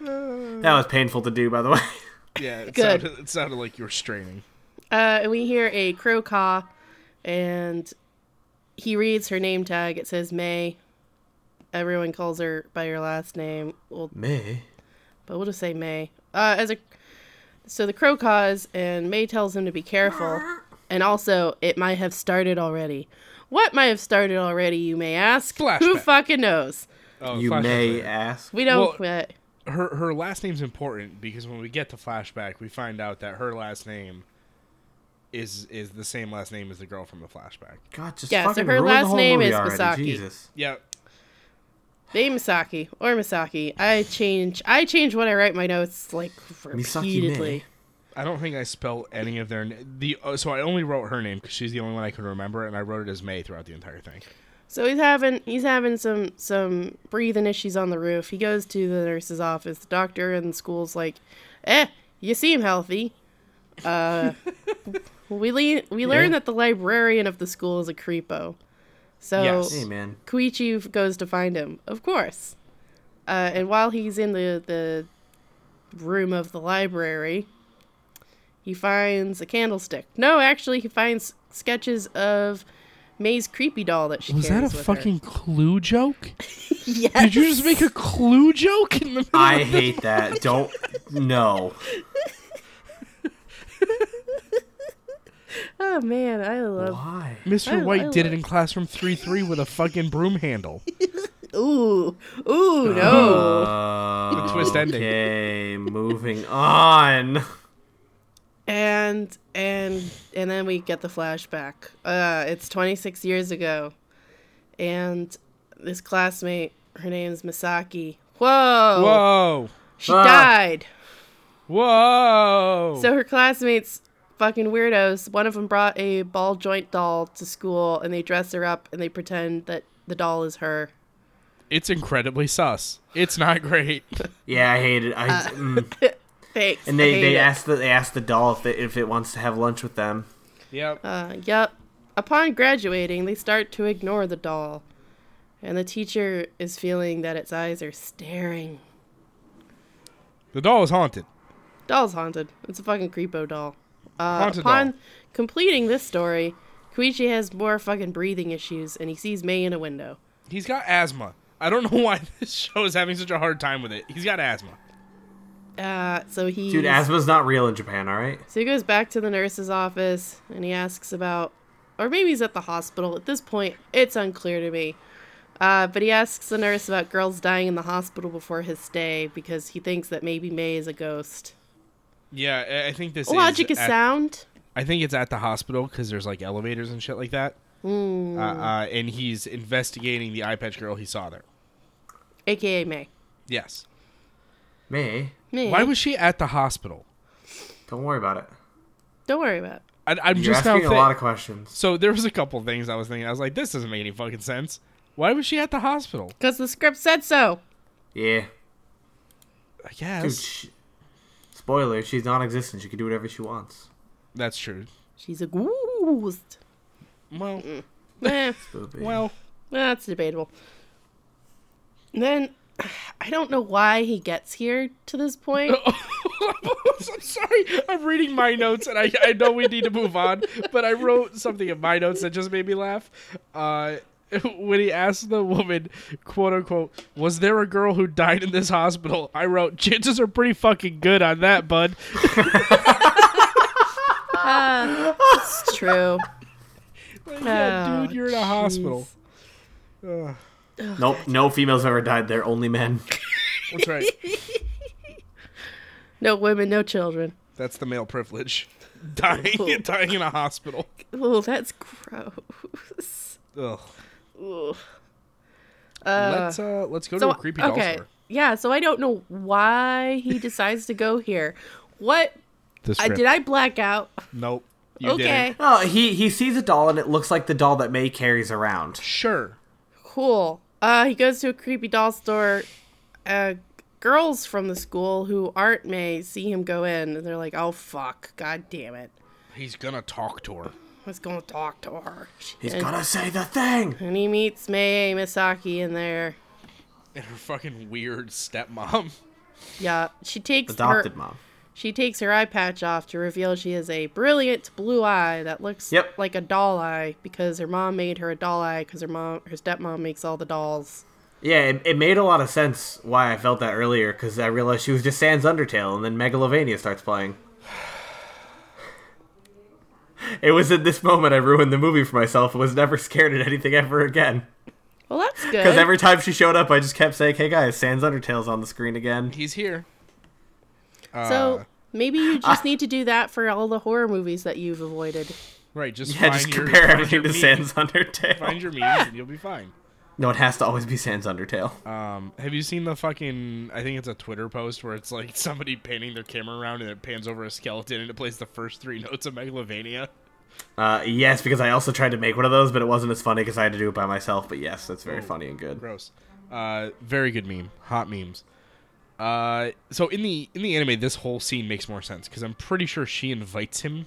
D: That was painful to do, by the way.
B: Yeah, it,
C: Good.
B: Sounded, it sounded like you were straining.
C: Uh, and we hear a crow caw, and he reads her name tag. It says May. Everyone calls her by her last name. We'll,
D: Me.
C: but we'll just say May. Uh, as a so the crow caws, and May tells him to be careful. And also, it might have started already. What might have started already, you may ask? Who
B: Flashback.
C: fucking knows?
B: Oh,
D: You
B: flashback
D: may
B: later.
D: ask.
C: We don't uh,
B: Well-
C: quit.
B: her her last name's important because when we get to flashback, we find out that her last name is is the same last name as the girl from the flashback.
D: God, just
C: Yeah, so
D: fucking
C: her
D: ruin
C: last
D: the whole
C: name
D: movie
C: is
D: already.
C: Misaki.
D: Jesus.
B: Yep.
C: Name Misaki or Misaki. I change. I change when I write my notes like
D: Misaki May.
C: repeatedly.
B: I don't think I spelled any of their na- the uh, so I only wrote her name because she's the only one I can remember, and I wrote it as May throughout the entire thing.
C: So he's having he's having some some breathing issues on the roof. He goes to the nurse's office. The doctor and the school's like, "Eh, you seem healthy." Uh, we le- we learn that the librarian of the school is a creepo. So
B: Yes.
C: [laughs]
D: Hey, man.
C: Koichi goes to find him, of course. Uh, and while he's in the, the room of the library, he finds a candlestick. No, actually, he finds sketches of May's creepy doll that she carries with her.
B: clue
C: [laughs]
B: joke?
C: Yes.
B: a clue joke in the [laughs] middle?
D: I hate that. Don't. No.
C: Oh man, I love.
D: [laughs] Why?
B: Mr.
C: I-
B: White
C: I
B: did
C: like-
B: it in classroom three three with a fucking broom
C: [laughs]
B: handle.
C: Ooh, ooh, no.
D: Uh,
B: twist ending.
D: Okay, moving on.
C: and and and then we get the flashback uh it's 26 years ago and this classmate her name's misaki whoa,
B: Whoa,
C: she
D: Ah.
C: died
B: whoa!
C: so her classmates fucking weirdos one of them brought a ball joint doll to school and they dress her up and they pretend that the doll is her
B: it's incredibly sus. It's not great. [laughs]
D: Yeah, I hate it. I,
C: Uh,
D: mm.
C: thanks
D: And
C: I
D: they,
C: hate
D: they
C: it.
D: asked the, they asked the doll if it, if it wants to have lunch with them.
B: yep.
C: Uh, yep. Upon graduating, they start to ignore the doll, and the teacher is feeling that its eyes are staring.
B: The doll is haunted.
C: Doll's haunted. It's a fucking creepo doll. Uh,
B: Haunted
C: upon
B: doll.
C: completing this story, Koichi has more fucking breathing issues, and he sees May in a window.
B: He's got asthma. I don't know [laughs] why this show is having such a hard time with it. He's got asthma.
C: Uh, so he
D: Dude, asthma's not real in Japan, all right?
C: so he goes back to the nurse's office, and he asks about, or maybe he's at the hospital. At this point, it's unclear to me. Uh, but he asks the nurse about girls dying in the hospital before his stay because he thinks that maybe May is a ghost.
B: Yeah, I- I think this
C: Logic is
B: at-
C: sound.
B: I think it's at the hospital because there's like elevators and shit like that.
C: Mm.
B: Uh, uh, and he's investigating the eye patch girl he saw there.
C: AKA May.
B: Yes.
D: May,
C: May.
B: Why was she at the hospital?
D: don't worry about it.
C: Don't worry about it.
B: I, I'm
D: You're
B: just now
D: asking a
B: thi-
D: lot of questions.
B: So there was a couple things I was thinking. I was like, this doesn't make any fucking sense. Why was she at the hospital?
C: Because the script said so.
D: Yeah.
B: I guess
D: Dude, sh spoiler, she's non existent. She can do whatever she wants.
B: that's true.
C: She's
B: [laughs]
C: a ghost.
B: Well,
C: Eh,
D: Spoopy.
B: well,
C: that's debatable. And then [sighs] I don't know why he gets here to this point.
B: [laughs] I'm sorry. I'm reading my notes, and I, I know we need to move on, but I wrote something in my notes that just made me laugh. Uh, [laughs] when he asked the woman, quote unquote, was there a girl who died in this hospital? I wrote, chances are pretty fucking good on that, bud.
C: Ah,
B: [laughs]
C: it's true.
B: Like, yeah,
C: Oh,
B: dude, you're in a hospital. Ugh.
D: nope, no females ever died there,
B: [laughs]
D: only men.
B: that's right.
C: [laughs] No women, no children.
B: That's the male privilege. Dying, dying in a hospital.
C: Oh, that's gross.
B: Ugh.
C: Ugh.
B: let's uh, let's go to a creepy doll store.
C: Yeah, so I don't know why
B: [laughs]
C: he decides to go here. What
B: This
C: I, did I black out?
B: Nope. You
C: okay,
B: didn't.
D: No, Oh, he, he sees a doll and it looks like the doll that May carries around.
B: Sure.
C: cool. Uh, he goes to a creepy doll store. Uh, girls from the school who aren't May see him go in, and they're like, "Oh fuck, god damn it,
B: He's gonna talk to her.
C: I was gonna talk to her."
D: He's
C: and,
D: gonna say the thing!
C: and he meets May Misaki in there.
B: And her fucking weird stepmom.
C: Yeah, she takes her.
D: Adopted mom.
C: She takes her eye patch off to reveal she has a brilliant blue eye that looks
D: Yep.
C: like a doll eye because her mom made her a doll eye because her mom, her stepmom makes all the dolls.
D: Yeah, it, it made a lot of sense why I felt that earlier, because I realized she was just Sans Undertale, and then Megalovania starts playing. [sighs] It was at this moment I ruined the movie for myself and was never scared at anything ever again.
C: Well, that's good.
D: Because every time she showed up, I just kept saying, hey guys, Sans Undertale's on the screen again.
B: He's here.
C: so maybe you just need to do that for all the horror movies that you've avoided.
B: Right, just
D: [laughs] Yeah,
B: find
D: just
B: your
D: compare
B: find
D: everything
B: your
D: to
B: meme.
D: Sans Undertale.
B: Find your memes and you'll be fine.
D: no, it has to always be Sans Undertale.
B: Um, have you seen the fucking? I think it's a Twitter post where it's like [laughs] somebody panning their camera around and it pans over a skeleton and it plays the first three notes of Megalovania.
D: Uh, yes, because I also tried to make one of those, but it wasn't as funny because I had to do it by myself. But yes, that's very funny and good.
B: Gross. Uh, very good meme. Hot memes. Uh, so in the in the anime, this whole scene makes more sense because I'm pretty sure she invites him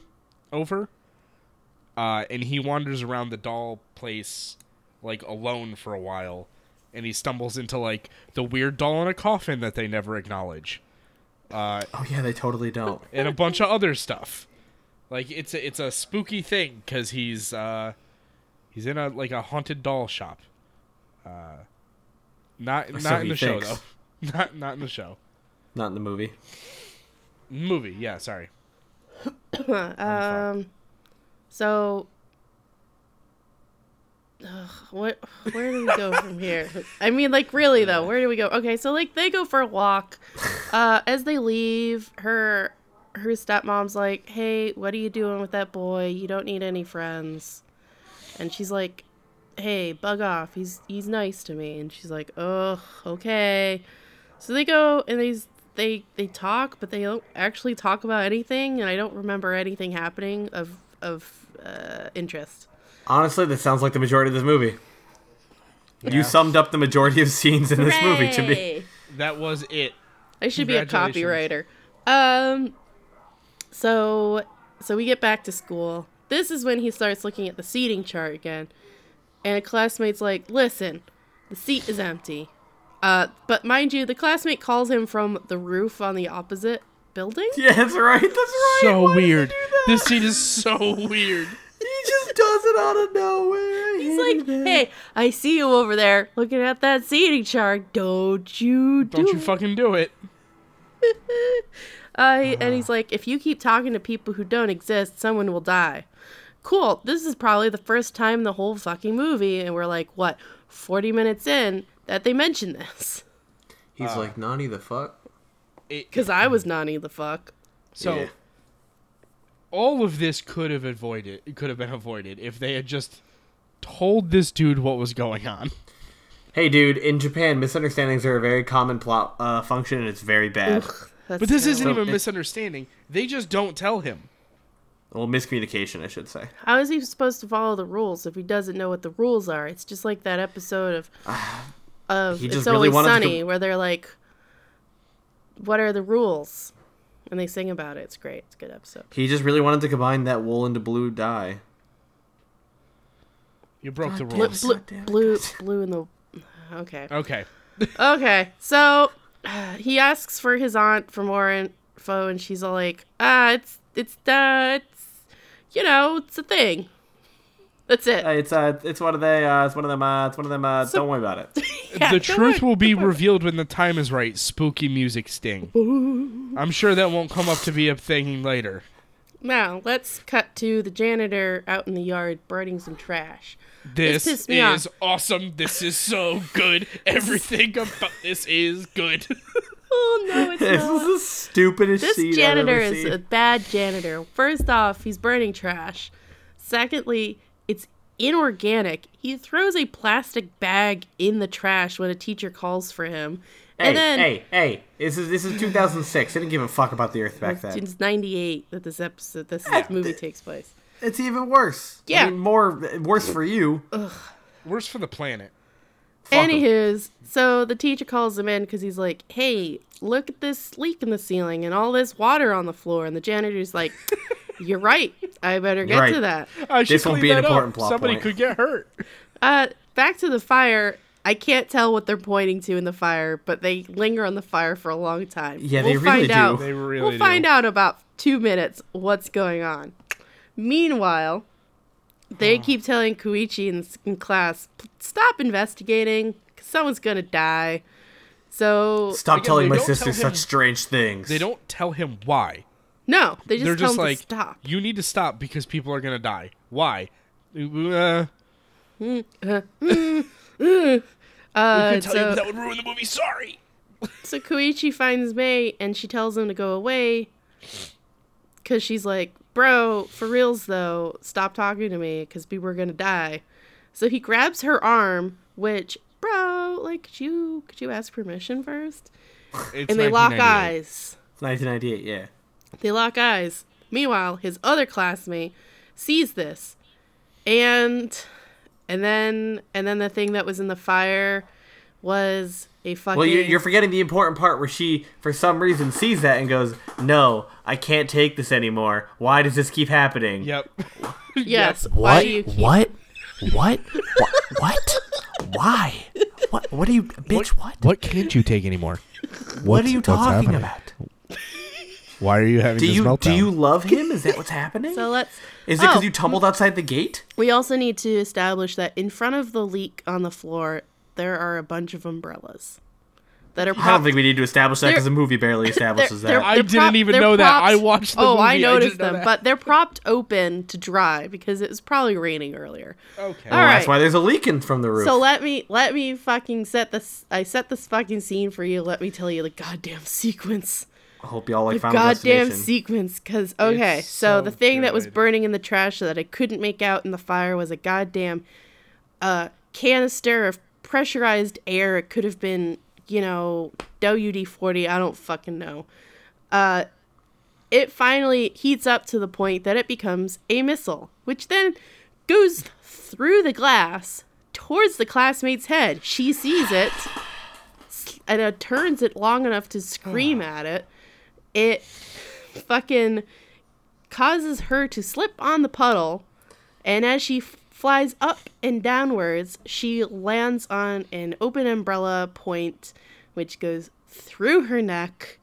B: over, uh, and he wanders around the doll place like alone for a while, and he stumbles into like the weird doll in a coffin that they never acknowledge,
D: Oh yeah, they totally don't.
B: and a bunch of other stuff. Like it's a, it's a spooky thing because he's uh, he's in a like a haunted doll shop. Uh, not not
D: so
B: in
D: he
B: the show
D: thinks.
B: though. [laughs] Not not in the show.
D: Not in the movie.
B: Movie, yeah, sorry.
C: Um, so. Ugh, what? Where do we go from here? I mean, like, really though, where do we go? Okay, so like they go for a walk. Uh, as they leave, her her stepmom's like, "Hey, what are you doing with that boy? You don't need any friends." And she's like, "Hey, bug off. He's he's nice to me." And she's like, "Ugh, okay." So they go and they they they talk, but they don't actually talk about anything, and I don't remember anything happening of of uh, interest.
D: Honestly, that sounds like the majority of this movie.
B: Yeah.
D: You summed up the majority of scenes in this movie to [laughs] me.
C: Hooray!
B: That was it.
C: I should be a copywriter.
B: Congratulations.
C: Um, so so we get back to school. This is when he starts looking at the seating chart again, and a classmate's like, "Listen, the seat is empty." Uh, but mind you, the classmate calls him from the roof on the opposite building.
D: Yeah, that's right. That's right.
B: so
D: Why does he
B: weird.
D: do that?
B: This scene is so weird.
D: He just does it out of nowhere.
C: He's like, hey, I see you over there looking at that seating chart. Don't you do
B: Don't you fucking do it.
C: I,
B: Uh-huh.
C: And he's like, if you keep talking to people who don't exist, someone will die. Cool. This is probably the first time in the whole fucking movie, and we're like, what, 40 minutes in, that they mention this. [laughs]
D: He's like, Nani the fuck?
B: It-
C: Because I was Nani the fuck.
B: so
D: Yeah.
B: all of this could have avoided could have been avoided if they had just told this dude what was going on.
D: Hey, dude, in Japan, misunderstandings are a very common plot uh, function, and it's very bad.
C: That's
B: But this
C: terrible.
B: isn't even a misunderstanding. They just don't tell him.
D: Well, miscommunication, I should say.
C: How is he supposed to follow the rules if he doesn't know what the rules are? It's just like that episode of of
D: He
C: It's
D: just really
C: Always
D: wanted to
C: Sunny
D: com-
C: where they're like, "What are the rules?" and they sing about it. It's great. It's a good episode.
D: He just really wanted to combine that wool into blue dye.
B: You broke the
C: Blue,
B: rules.
C: blue, blue, blue in the. Okay.
B: Okay.
C: Okay, so [sighs] he asks for his aunt for more info, and she's all like, "Ah, it's it's uh, it's you know, it's a thing. That's it."
D: Uh, it's uh, it's one of they, uh, it's one of them, uh, it's one of them. Uh, don't worry about it.
C: Yeah,
B: the
C: don't
B: truth
C: worry.
B: will be revealed when the time is right. Spooky music sting. I'm sure that won't come up to be a thing later.
C: Now let's cut to the janitor out in the yard burning some trash.
B: This
C: pissed
B: is
C: me off.
B: awesome. This is so [laughs] good. Everything about this is [laughs] good.
C: Oh
B: [laughs]
C: no, it's
D: this
C: not.
D: is the stupidest
C: This
D: scene
C: janitor
D: I've ever
C: is
D: seen.
C: a bad janitor. First off, he's burning trash. Secondly, it's inorganic. He throws a plastic bag in the trash when a teacher calls for him.
D: Hey,
C: and then
D: hey, hey! This is this is 2006. They didn't give a fuck about the Earth back then.
C: it's 98 that this episode this, this movie takes place.
D: [laughs] It's even worse. I
C: Yeah.
D: mean, more worse for you.
B: Worse for the planet.
D: Fuck 'em.
C: Anywho's, so the teacher calls him in because he's like, "Hey, look at this leak in the ceiling and all this water on the floor." And the janitor's
D: [laughs]
C: like, "You're right. I better get
D: Right.
C: to that."
B: I should
D: This will
B: clean
D: be an
B: that up.
D: important plot
B: Somebody
D: point.
B: could get hurt.
C: Uh, back to the fire. I can't tell what they're pointing to in the fire, but they linger on the fire for a long time.
D: Yeah, they really do.
C: Out,
B: They really
C: we'll
B: do.
C: find out about two minutes what's going on. Meanwhile, they keep telling Koichi in, in class, "P- stop investigating, 'cause someone's gonna die. So,
D: Stop
B: Again,
D: telling
B: they
D: my
B: don't tell
D: sister
B: him-
D: such strange things.
B: They don't tell him why.
C: no, they just
B: They're
C: tell
B: just
C: him
B: like,
C: to stop.
B: you need to stop because people are gonna die. Why?
C: Mm.
B: Uh, [laughs]
C: Uh,
B: I could tell you,
C: so-
B: but that would ruin the movie. Sorry.
C: So Koichi finds May and she tells him to go away because she's like, Bro, for reals though, stop talking to me because people are going to die. So he grabs her arm, which, bro, like, could you, could you ask permission first?
B: It's
C: And they lock
B: 1998.
C: eyes.
D: 1998. Yeah.
C: They lock eyes. Meanwhile, his other classmate sees this. And and then and then the thing that was in the fire was a fucking
D: Well, you're, you're forgetting the important part where she, for some reason, sees that and goes, "No, I can't take this anymore. Why does this keep happening?"
B: Yep. [laughs]
C: yes. Why do you keep
E: what? What? What? What? Why? What? What are you, bitch? What? What,
B: What can't you take anymore?
E: are you
B: what's
E: talking
B: happening?
E: about?
B: Why are you having
D: Do you do you love
E: [laughs]
D: him? Is that what's happening?
C: So let's.
D: Is it because
C: Oh,
D: you tumbled outside the gate?
C: We also need to establish that in front of the leak on the floor, there are a bunch of umbrellas that are.
D: I don't
C: Propped,
D: think we need to establish that because
C: They're-
D: the
C: [laughs]
D: movie barely establishes
C: they're-
D: that.
B: I
C: they're
B: didn't
C: prop-
B: even
C: they're
B: know that.
C: propped-
B: I watched the
C: oh,
B: movie. I
C: I
B: didn't
C: noticed
B: know
C: them,
B: that.
C: but they're propped open to dry because it was probably raining earlier.
B: Okay.
C: All right.
D: Oh, That's why there's a leak in from the roof.
C: so let me let me fucking set this. I set this fucking scene for you. Let me tell you the goddamn sequence.
D: I hope y'all like Final
C: goddamn
D: Destination.
C: sequence because okay
B: It's
C: so,
B: so
C: the thing that was
B: good.
C: burning in the trash that i couldn't make out in the fire was a goddamn uh canister of pressurized air it could have been you know wd-40 i don't fucking know uh it finally heats up to the point that it becomes a missile which then goes through the glass towards the classmate's head she sees it s- and uh, turns it long enough
B: [sighs]
C: to scream at it it fucking causes her to slip on the puddle and as she f- flies up and downwards she lands on an open umbrella point which goes through her neck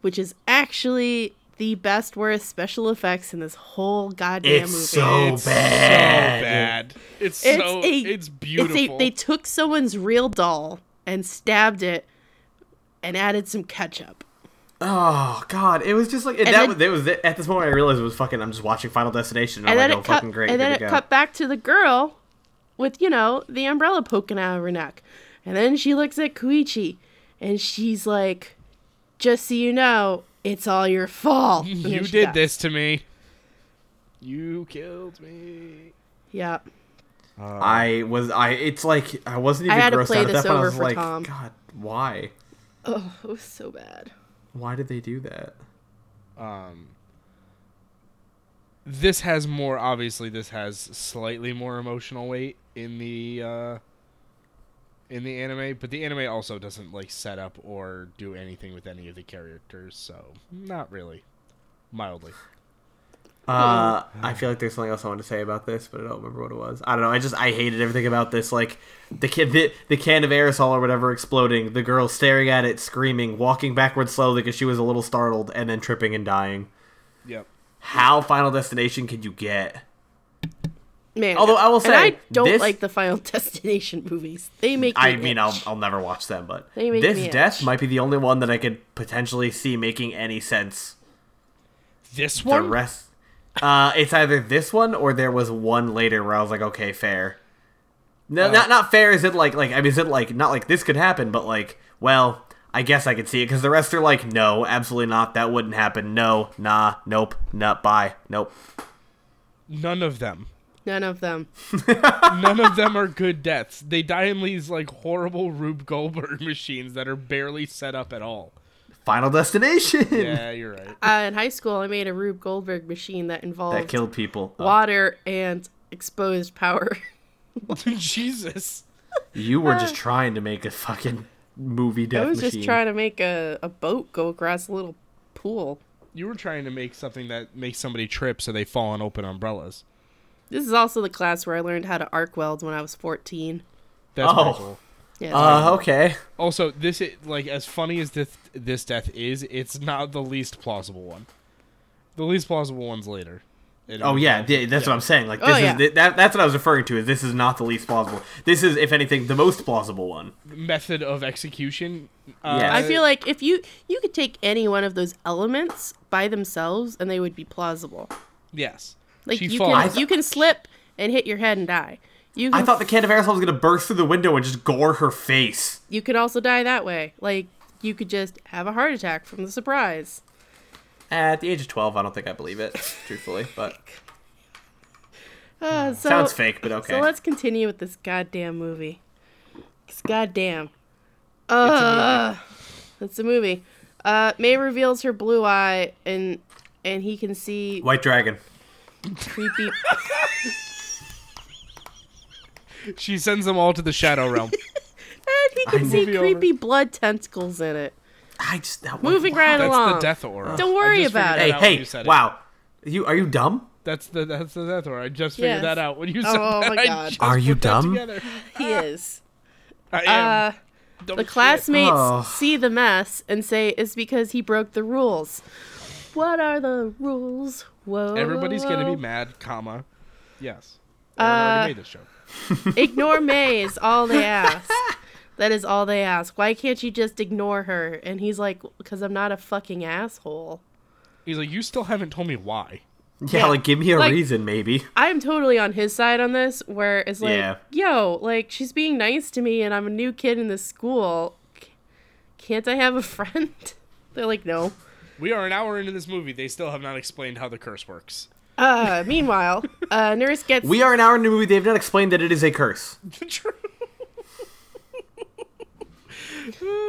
C: which is actually the best worst special effects in this whole goddamn
D: It's
C: movie
D: so
B: It's
D: bad.
B: So bad. It's,
C: it's
B: so.
C: a
B: it's beautiful.
C: It's a, they took someone's real doll and stabbed it and added some ketchup.
D: Oh god, it was just like that.
C: then-
D: was, it was at this moment I realized it was fucking. I'm just watching Final Destination. And,
C: And
D: I'm
C: then
D: like, oh
C: it cut
D: fucking great.
C: and then
D: here
C: it
D: we go.
C: cut back to the girl with you know the umbrella poking out of her neck, and then she looks at Koichi, and she's like, "Just so you know, it's all your fault. And then
B: you
C: she
B: did
C: dies.
B: this to me. You killed me.
C: Yeah.
D: I was I. It's like I wasn't
C: I
D: even
C: had to
D: grossed
C: play
D: out at
C: this
D: that point. I
C: over
D: was
C: for
D: like,
C: Tom.
D: God, why?
C: Oh, it was so bad.
D: Why did they do that?
B: Um, this has more obviously. This has slightly more emotional weight in the uh, in the anime, but the anime also doesn't like set up or do anything with any of the characters, so not really. Mildly,
D: Uh, I feel like there's something else I wanted to say about this, but I don't remember what it was. I don't know. I just I hated everything about this. Like the kid, the, the can of aerosol or whatever exploding, the girl staring at it, screaming, walking backwards slowly because she was a little startled, and then tripping and dying.
B: yep.
D: How Final Destination could you get?
C: Man,
D: Although I will
C: and I
D: say,
C: don't
D: this-
C: like the Final [laughs] Destination movies. They make me
D: I mean, I'll,
C: itch.
D: I'll never watch them, but
C: They make
D: this
C: me
D: death
C: itch.
D: might be the only one that I could potentially see making any sense.
B: This
D: The
B: one,
D: rest, uh, it's either this one or there was one later where I was like, okay, fair. No,
C: Oh.
D: not not fair. Is it like like I mean, is it like not like this could happen, but like, well, I guess I could see it because the rest are like, no, absolutely not. That wouldn't happen. No, nah, nope, not bye, nope.
B: none of them,
C: none of them.
B: none of them are good deaths. They die in these like horrible Rube Goldberg [laughs] machines that are barely set up at all.
C: [laughs]
D: Final Destination
B: Yeah, you're right.
C: Uh, in high school, I made a Rube Goldberg machine that involved
D: [laughs] that killed people. Uh,
C: water and exposed power. [laughs]
B: Jesus.
D: you were just trying to make a fucking movie death
C: I was
D: machine.
C: just trying to make a, a boat go across a little pool.
B: You were trying to make something that makes somebody trip so they fall on open umbrellas.
C: This is also the class where I learned how to arc weld when I was 14.
B: That's pretty
D: Oh.
B: cool.
C: Yeah,
D: Uh, okay.
B: Also, this i like as funny as this this death is, it's not the least plausible one. The least plausible one's later. It-
D: Oh yeah, th- that's what I'm saying. Like
C: Oh,
D: this
C: yeah.
D: is th- that, that's what I was referring to. Is this is not the least plausible. This is, if anything, the most plausible one.
B: Method of execution. Uh,
D: Yes.
C: I feel like if you you could take any one of those elements by themselves and they would be plausible.
B: yes.
C: Like
B: she
C: you
B: falls.
C: can you can slip and hit your head and die. You can,
D: I thought the can of aerosol was gonna burst through the window and just gore her face.
C: you could also die that way. Like you could just have a heart attack from the surprise.
D: At the age of twelve, I don't think I believe it, truthfully.
C: [laughs]
D: But
C: Uh, so,
D: sounds fake, but okay.
C: So let's continue with this goddamn movie. 'Cause goddamn. It's a movie. Uh, May reveals her blue eye and and he can see
D: White dragon.
B: [laughs]
C: creepy. [laughs]
B: she sends them all to the shadow
C: [laughs]
B: realm.
C: and he can
D: I-
C: see
B: Movie over.
C: creepy blood tentacles in it.
D: I just that one-
C: Moving right
B: That's
C: along.
B: the death aura.
C: Don't worry
B: I just
C: about
B: figured
C: it.
B: that
D: Hey,
B: out when you
D: hey!
B: said it.
D: Wow, you are you dumb?
B: That's the that's the death aura. I just figured
C: Yes.
B: that out when you said
C: Oh,
B: that. [laughs]
C: my
B: I
C: God.
B: just
E: Are you
B: put that
E: dumb?
B: together.
C: He
B: Ah.
C: is.
B: I
C: Uh,
B: am. Dumb
C: the
B: shit.
C: classmates
D: Oh.
C: see the mess and say it's because he broke the rules. What are the rules? Whoa.
B: Everybody's gonna be mad, comma. Uh, Yes.
D: Uh,
B: Aaron already made this joke.
C: Ignore May is all
D: [laughs]
C: they ask. That is all they ask. Why can't you just ignore her? And he's like, because I'm not a fucking asshole.
B: He's like, you still haven't told me why.
D: Yeah, like give me a
C: Like-
D: reason, maybe.
C: I am totally on his side on this, where it's like,
D: Yeah.
C: yo, like, she's being nice to me and I'm a new kid in this school. C- Can't I have a [laughs] friend? They're like, no.
B: We are an hour into this movie. They still have not explained how the curse works. [laughs]
C: Uh, meanwhile, uh, Nurse gets.
D: We are an hour into the movie. They've not explained that it is a curse.
B: True.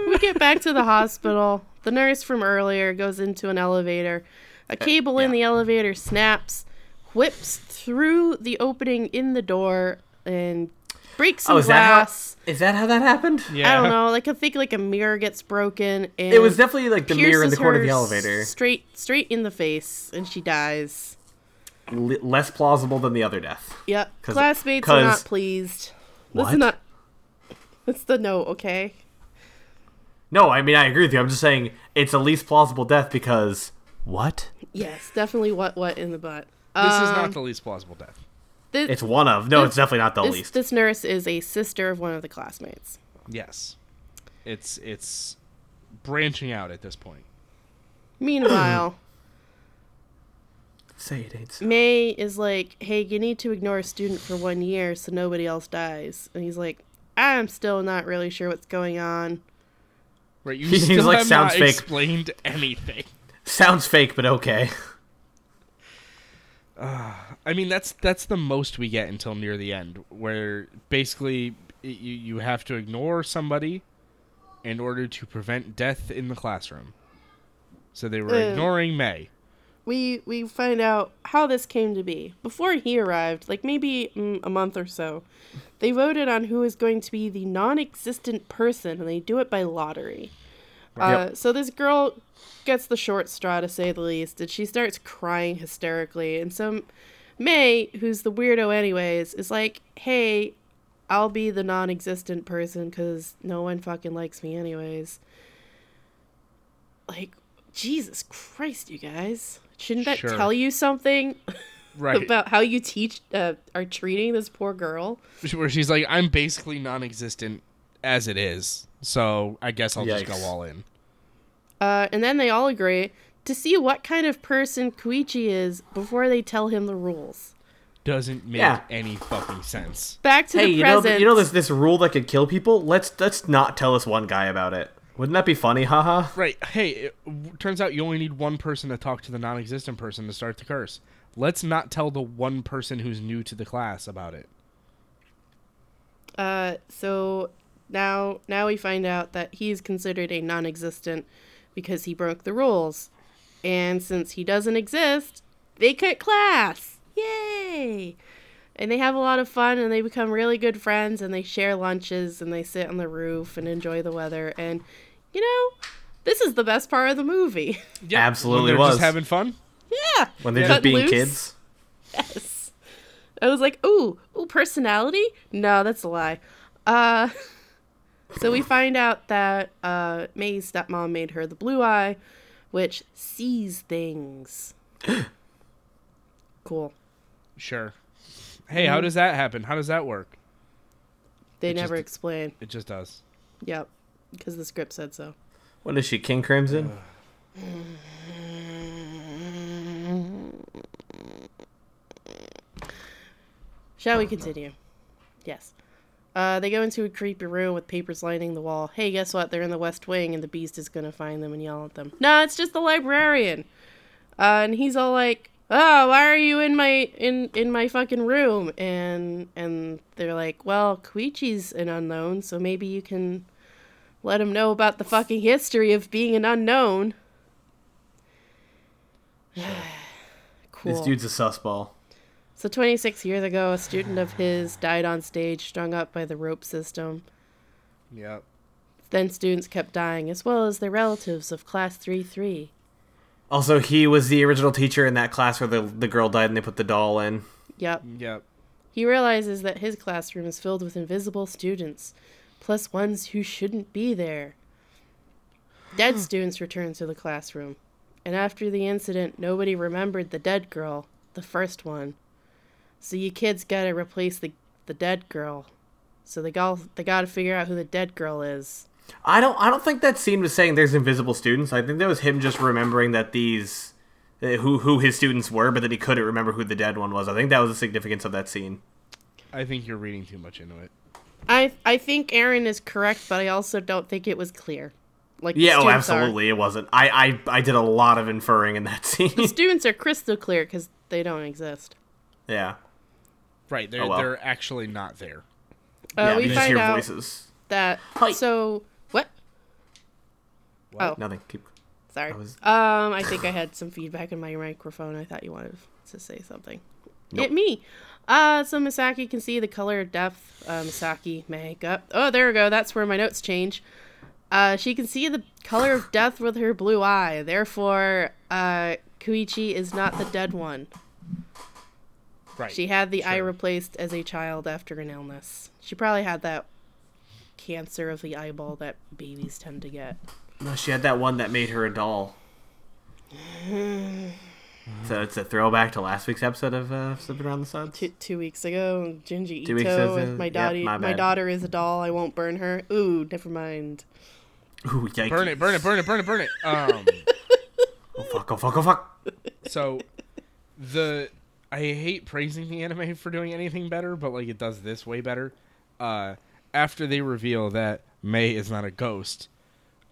C: We get back to the hospital. The nurse from earlier goes into an elevator. A cable in
D: Uh, yeah.
C: the elevator snaps, whips through the opening in the door, and breaks some
D: Oh, is that how?
C: glass.
D: Is that how that happened?
B: Yeah.
D: [laughs]
C: I don't know. Like I think like a mirror gets broken, and
D: It was definitely like the mirror in
C: pierces
D: the corner of
C: her
D: the elevator.
C: straight straight in the face, and she dies.
D: L- less plausible than the other death.
C: Yep.
D: 'Cause-
C: Classmates are not
D: 'cause-
C: pleased.
D: What?
C: Listen up. [laughs] That's the note, okay?
D: No, I mean I agree with you. I'm just saying it's the least plausible death because what?
C: Yes, definitely. What what in the butt? Uh,
B: This is
D: Um,
B: not the least plausible death.
C: This,
D: It's one of. No, it's definitely not the
C: this,
D: least.
C: this nurse is a sister of one of the classmates.
B: Yes. It's it's branching out at this point.
C: Meanwhile,
D: [clears throat] Say it ain't. so.
C: May is like, "Hey, you need to ignore a student for one year so nobody else dies." And he's like, "I'm still not really sure what's going on."
B: Right? You
D: [laughs] He's
B: still
D: like,
B: have
D: "Sounds
B: not
D: fake."
B: explained anything.
D: Sounds fake, but okay.
B: I mean, that's that's the most we get until near the end, where basically y- you you have to ignore somebody in order to prevent death in the classroom. So they were
C: Ugh.
B: ignoring May.
C: we we find out how this came to be before he arrived like maybe mm, a month or so they voted on who is going to be the non-existent person and they do it by lottery uh, so this girl gets the short straw to say the least and she starts crying hysterically and so may who's the weirdo anyways is like hey i'll be the non-existent person because no one fucking likes me anyways like jesus christ you guys shouldn't that
B: Sure.
C: tell you something
B: Right.
C: [laughs] about how you teach uh, are treating this poor girl
B: [laughs] where she's like, I'm basically non existent as it is, so I guess I'll just
D: Yikes.
B: go all in.
C: uh, and then they all agree to see what kind of person koichi is before they tell him the rules
B: Doesn't make
D: Yeah.
B: any fucking sense.
C: back to
D: Hey,
C: the
D: you know,
C: present
D: th- you know this this rule that could kill people. Let's let's not tell this one guy about it. Wouldn't that be funny? Haha.
B: Right. Hey, it w- turns out you only need one person to talk to the non existent person to start the curse. Let's not tell the one person who's new to the class about it.
C: Uh, so now now we find out that he's considered a non-existent because he broke the rules, and since he doesn't exist, they cut class. Yay! And they have a lot of fun, and they become really good friends, and they share lunches, and they sit on the roof and enjoy the weather. And you know, this is the best part of the movie. [laughs]
B: Yeah,
D: Absolutely
B: they're
D: was.
B: just having fun.
C: yeah.
D: When they're
C: Cut
D: just being
C: loose.
D: kids.
C: Yes. [laughs] I was like, ooh, ooh, personality? No, that's a lie. Uh, [laughs] so we find out that uh, May's stepmom made her the blue eye, which sees things. cool.
B: Sure. Hey, how does that happen? How does that work?
C: They
B: It
C: never
B: just-
C: explain.
B: It just does.
C: Yep. Because the script said so.
D: What is she? King Crimson.
C: Shall we continue? Yes. Uh, they go into a creepy room with papers lining the wall. Hey, guess what? They're in the West Wing, and the Beast is gonna find them and yell at them. No, it's just the librarian. Uh, and he's all like, "Oh, why are you in my in in my fucking room?" And and they're like, "Well, Koichi's an unknown, so maybe you can let him know about the fucking history of being an unknown." [sighs] cool.
D: This dude's a sussball.
C: So 26 years ago, a student of his died on stage, strung up by the rope system.
B: Yep.
C: Then students kept dying, as well as their relatives of Class 3 3.
D: Also, he was the original teacher in that class where the the girl died and they put the doll in.
C: Yep.
B: Yep.
C: He realizes that his classroom is filled with invisible students, plus ones who shouldn't be there. Dead students return to the classroom, and after the incident, nobody remembered the dead girl, the first one. So you kids gotta replace the, the dead girl. So they, got, they gotta figure out who the dead girl is.
D: I don't. I don't think that scene was saying there's invisible students. I think that was him just remembering that these, uh, who who his students were, but that he couldn't remember who the dead one was. I think that was the significance of that scene.
B: I think you're reading too much into it.
C: I I think Aaron is correct, but I also don't think it was clear. Like the
D: Yeah. Oh,
C: students are-
D: absolutely. It wasn't. I, I I did a lot of inferring in that [laughs] scene.
C: Students are crystal clear because they don't exist.
D: yeah.
B: Right. They're
D: Oh, well.
B: they're actually not there.
C: Uh,
D: yeah.
C: we
D: you just
C: find
D: hear
C: out
D: voices.
C: that
D: Hi.
C: so what? Oh,
D: Nothing. Keep.
C: sorry.
D: was-
C: Um, I think I had some feedback in my microphone. I thought you wanted to say something. It me. Uh, so Misaki can see the color of death. Uh, Misaki makeup. Oh, there we go. That's where my notes change. Uh, she can see the color of death with her blue eye. Therefore, uh, Koichi is not the dead one.
B: Right.
C: She had the eye replaced as a child after an illness. She probably had that cancer of the eyeball that babies tend to get.
D: No, she had that one that made her
C: [sighs]
D: a doll. so it's a throwback to last week's episode of uh, Slipping Around the Suds.
C: Two, two weeks ago, Jinji
D: Two weeks
C: Ito.
D: ago,
C: and my,
D: yep,
C: daughter,
D: my
C: my,
D: bad.
C: daughter is a doll. I won't burn her. Ooh, never mind.
D: Ooh, yikes.
B: burn it. Burn it. Burn it. Burn it. Burn it. Um. [laughs]
D: Oh, fuck, oh, fuck, oh, fuck.
B: so the I hate praising the anime for doing anything better, but like it does this way better. Uh, after they reveal that May is not a ghost,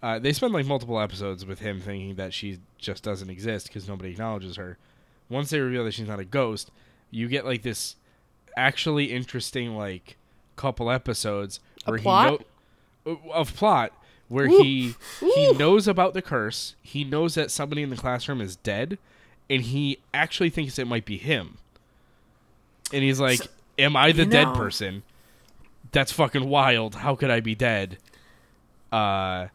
B: uh, they spend like multiple episodes with him thinking that she just doesn't exist because nobody acknowledges her. once they reveal that she's not a ghost, you get like this actually interesting like couple episodes
C: A
B: where
C: plot?
B: he know- of plot where he he knows about the curse. He knows that somebody in the classroom is dead, and he actually thinks it might be him. And he's like, "Am I the
D: you
B: dead
D: know-
B: person? That's fucking wild. How could I be dead?" Uh,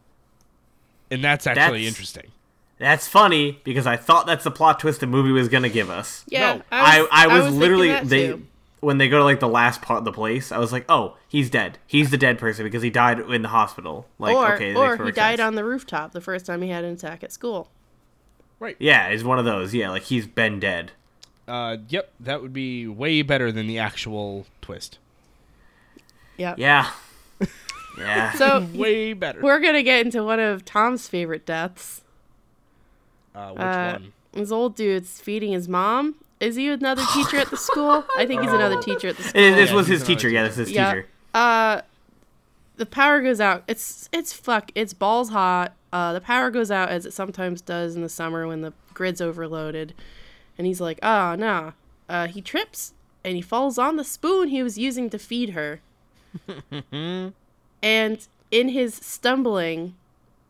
B: and that's actually
D: That's-
B: interesting.
D: That's funny because I thought that's the plot twist the movie was gonna give us.
C: Yeah,
B: No,
D: I, I, was,
C: thinking
D: literally
C: that
D: they
C: too.
D: when they go to like the last part of the place, I was like, oh, he's dead. He's the dead person because he died in the hospital. Like,
C: or
D: okay, that makes
C: or he
D: perfect
C: died
D: sense.
C: on the rooftop the first time he had an attack at school.
D: Yeah, he's one of those. Yeah, like he's been dead.
B: Uh, yep, that would be way better than the actual twist.
C: Yep. [laughs]
D: Yeah, yeah.
C: So
B: Way better.
C: we're gonna get into one of Tom's favorite deaths.
B: Uh, which
C: Uh,
B: one?
C: this old dude's feeding his mom. Is he another teacher at the
D: [laughs]
C: school? I think he's another teacher at the school.
D: And this
B: Oh, Yeah,
D: was
B: he's
D: his
B: another
D: teacher. Yeah, this is his
C: Yeah.
D: teacher.
C: the power goes out. It's it's fuck. It's balls hot. Uh, the power goes out as it sometimes does in the summer when the grid's overloaded, and he's like, "Oh no!" Uh, he trips and he falls on the spoon he was using to feed
D: [laughs]
C: her, and in his stumbling,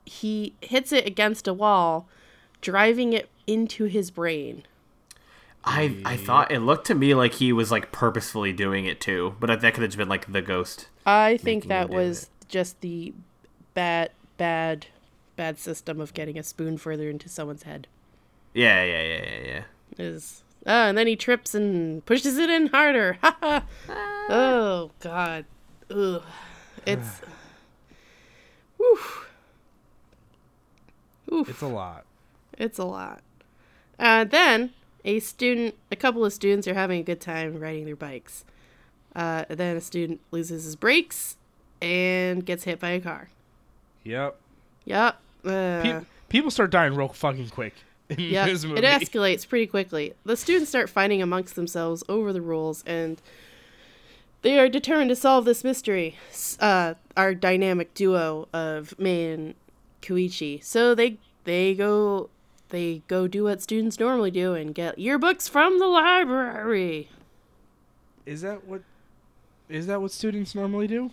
C: he hits it against a wall, driving it into his brain.
D: I I thought it looked to me like he was like purposefully doing it too, but that could have just been like the ghost.
C: I think
D: making
C: that
D: him do
C: was just the bad bad bad system of getting a spoon further into someone's head.
D: Yeah, yeah, yeah, yeah, yeah.
C: is uh, and then he trips and pushes it in harder. [laughs] Ha, ha. oh god. Ugh. It's
B: It's a lot.
C: it's a lot. Uh, then a student a couple of students are having a good time riding their bikes. Uh, then a student loses his brakes and gets hit by a car.
B: Yep.
C: Yep. Uh,
B: Pe- people start dying real fucking quick in
C: Yeah,
B: this movie.
C: it escalates pretty quickly. The students start fighting amongst themselves over the rules, and they are determined to solve this mystery. S- Uh, our dynamic duo of May and Koichi. So they they go they go do what students normally do and get yearbooks from the library.
B: Is that what? Is that what students normally do?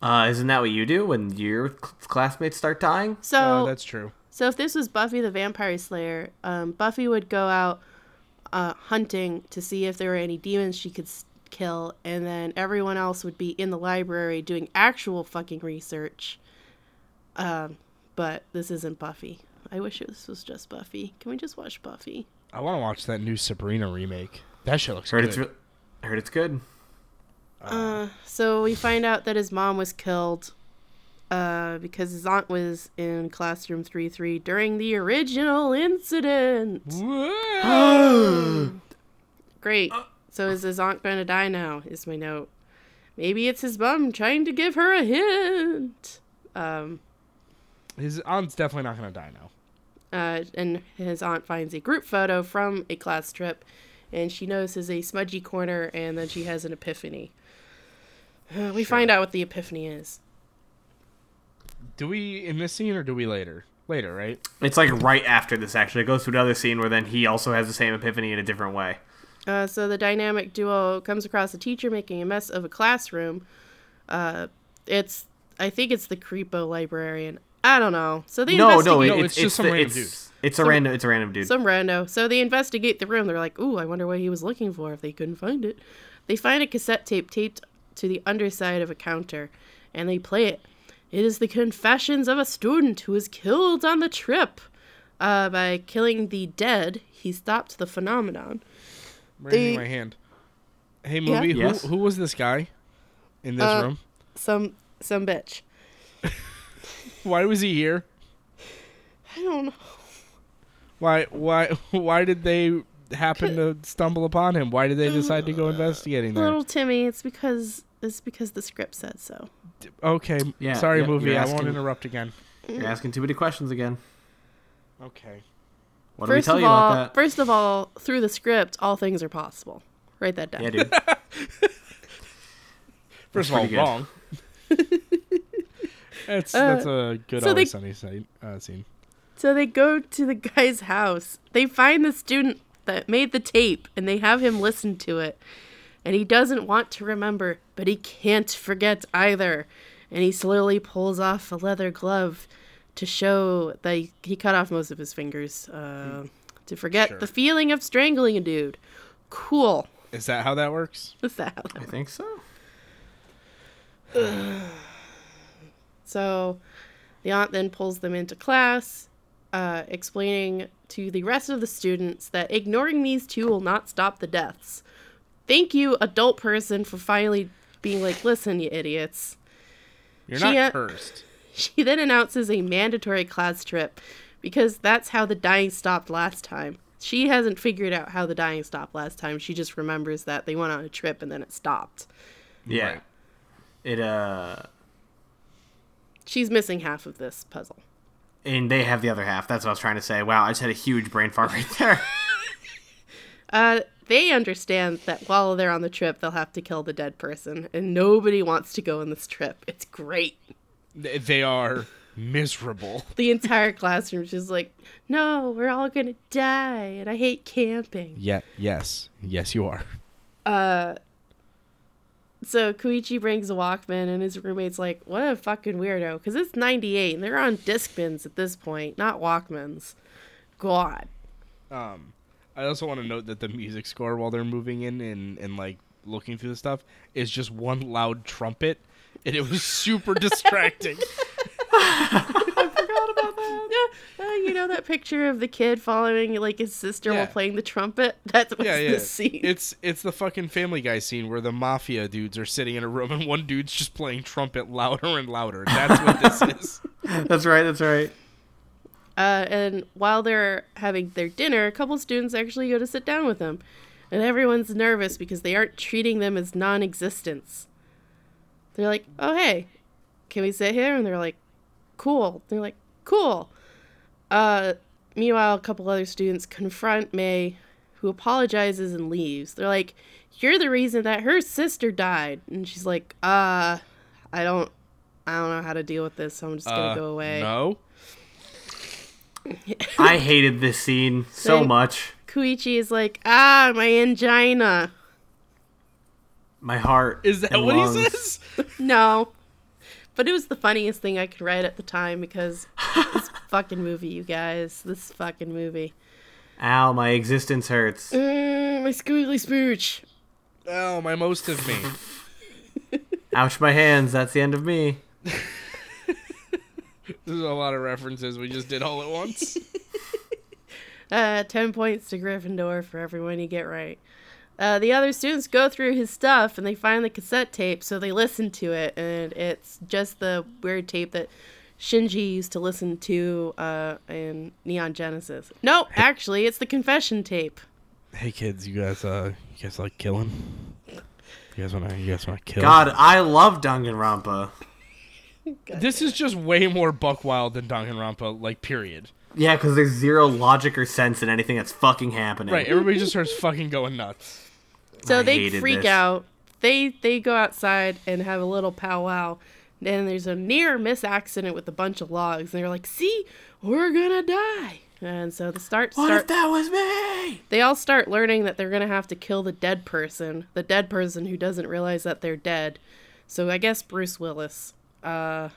D: Uh, isn't that what you do when your cl- classmates start dying?
C: So
B: uh, that's true.
C: So if this was Buffy the Vampire Slayer, um, Buffy would go out uh, hunting to see if there were any demons she could s- kill, and then everyone else would be in the library doing actual fucking research. Um, but this isn't Buffy. I wish it- this was just Buffy. Can we just watch Buffy?
B: I want to watch that new Sabrina remake. That shit looks
D: Heard
B: good.
D: it's re- heard it's good.
C: So we find out that his mom was killed uh, because his aunt was in classroom 3 3 during the original incident.
B: Whoa.
C: Great.
D: Uh,
C: So is his aunt going to die now? Is my note. Maybe it's his mom trying to give her a hint.
B: His aunt's definitely not gonna die now.
C: Uh, and his aunt finds a group photo from a class trip, and she notices a smudgy corner, and then she has an epiphany. Uh, we find out what the epiphany is.
B: Do we in this scene or do we later? Later, right?
D: It's like right after this actually. It goes to another scene where then he also has the same epiphany in a different way.
C: Uh, so the dynamic duo comes across a teacher making a mess of a classroom. Uh, it's I think it's the creepo librarian. I don't know. So they
D: No, no,
C: investigate-
D: it,
B: No,
D: it's,
B: it's just some
D: the-
B: random
D: it's,
B: dude.
D: It's a random. It's a random dude.
C: Some rando. So they investigate the room. They're like, ooh, I wonder what he was looking for if they couldn't find it. They find a cassette tape taped to the underside of a counter and they play it. It is the confessions of a student who was killed on the trip. Uh, by killing the dead, he stopped the phenomenon.
B: Raising
C: They-
B: my hand. Hey, movie. Who,
D: Yes.
B: who was this guy in
C: Uh,
B: this room?
C: Some some bitch.
B: Why was he here?
C: I don't know.
B: Why? Why? [laughs] Why did they happen to stumble upon him? Why did they decide to go investigating that?
C: Uh, Little Timmy, it's because it's because the script said so.
B: Okay.
D: Yeah,
B: sorry,
D: yeah,
B: movie.
D: you're
B: I won't
D: asking-
B: interrupt again.
D: You're asking too many questions again.
B: Okay.
D: What
C: First
D: do we
C: of
D: tell you
C: all,
D: about that?
C: first of all, through the script, all things are possible. Write that down.
B: [laughs]
D: yeah, dude.
B: First of all,
D: pretty good.
B: wrong.
C: [laughs]
B: That's that's a good
C: Uh, so
B: always
C: they-
B: sunny scene. Uh, scene.
C: So they go to the guy's house. They find the student that made the tape and they have him listen to it. And he doesn't want to remember, but he can't forget either. And he slowly pulls off a leather glove to show that he, he cut off most of his fingers uh, to forget the feeling of strangling a dude. Cool. [laughs]
B: Is that how that works?
C: Is that how that
D: I think so.
C: So the aunt then pulls them into class, uh, explaining to the rest of the students that ignoring these two will not stop the deaths. Thank you, adult person, for finally being like, listen, you idiots. [laughs]
B: You're
C: She, uh,
B: not cursed.
C: She then announces a mandatory class trip because that's how the dying stopped last time. She hasn't figured out how the dying stopped last time. She just remembers that they went on a trip and then it stopped.
D: Yeah. It uh
C: She's missing half of this puzzle.
D: and they have the other half. That's what I was trying to say. Wow, I just had a huge brain fart right there. [laughs]
C: Uh, they understand that while they're on the trip, they'll have to kill the dead person, and nobody wants to go on this trip. It's great.
B: Th- They are miserable.
C: The entire classroom's just like, no, we're all gonna die, and I hate camping.
B: Yeah. Yes. Yes, you are.
C: So Koichi brings a Walkman, and his roommate's like, what a fucking weirdo, because it's 98, and they're on Discmans at this point, not Walkmans. God. [laughs]
B: I also want to note that the music score while they're moving in and, and like looking through the stuff is just one loud trumpet, and it was [laughs] super distracting.
C: Uh, you know that picture of the kid following like his sister
B: Yeah.
C: while playing the trumpet? That's what's
B: yeah, yeah.
C: the scene.
B: It's it's the fucking Family Guy scene where the mafia dudes are sitting in a room and one dude's just playing trumpet louder and louder. That's [laughs] what this is.
D: that's right. That's right.
C: Uh, and while they're having their dinner, a couple students actually go to sit down with them. And everyone's nervous because they aren't treating them as non existence. They're like, oh, hey, can we sit here? And they're like, cool. They're like, cool. Uh, meanwhile, a couple other students confront May, who apologizes and leaves. They're like, you're the reason that her sister died. And she's like, uh, I don't. I don't know how to deal with this, so I'm just gonna
B: Uh,
C: go away.
B: No.
D: I hated this scene so
C: Same.
D: much.
C: Koichi is like, ah, my angina.
D: My heart
B: Is that
D: and
B: what he
D: lungs.
B: says?
C: No. But it was the funniest thing I could write at the time because [laughs] this fucking movie, you guys. This fucking movie.
D: Ow, my existence hurts.
C: Mm, my squiggly spooch.
B: Oh, my most of me.
D: Ouch, my hands. That's the end of me.
B: There's a lot of references we just did all at once.
C: Uh, 10 points to Gryffindor for everyone you get right. Uh, the other students go through his stuff and they find the cassette tape, so they listen to it. And it's just the weird tape that Shinji used to listen to uh, in Neon Genesis. No, actually, it's the confession tape.
B: Hey kids, you guys, uh, you guys like killing? You guys wanna, you guys wanna kill?
D: God, I love Danganronpa.
B: this is just way more Buck Wild than Danganronpa, like period.
D: Yeah, because there's zero logic or sense in anything that's fucking happening.
B: Right, everybody just starts fucking going nuts.
C: So
D: I
C: they
D: hated
C: freak
D: this.
C: out. They they go outside and have a little powwow. Then there's a near miss accident with a bunch of logs, and they're like, "See, we're gonna die." And so the start
D: What
C: start
D: if that was me?
C: they all start learning that they're gonna have to kill the dead person, the dead person who doesn't realize that they're dead. So I guess Bruce Willis. Uh,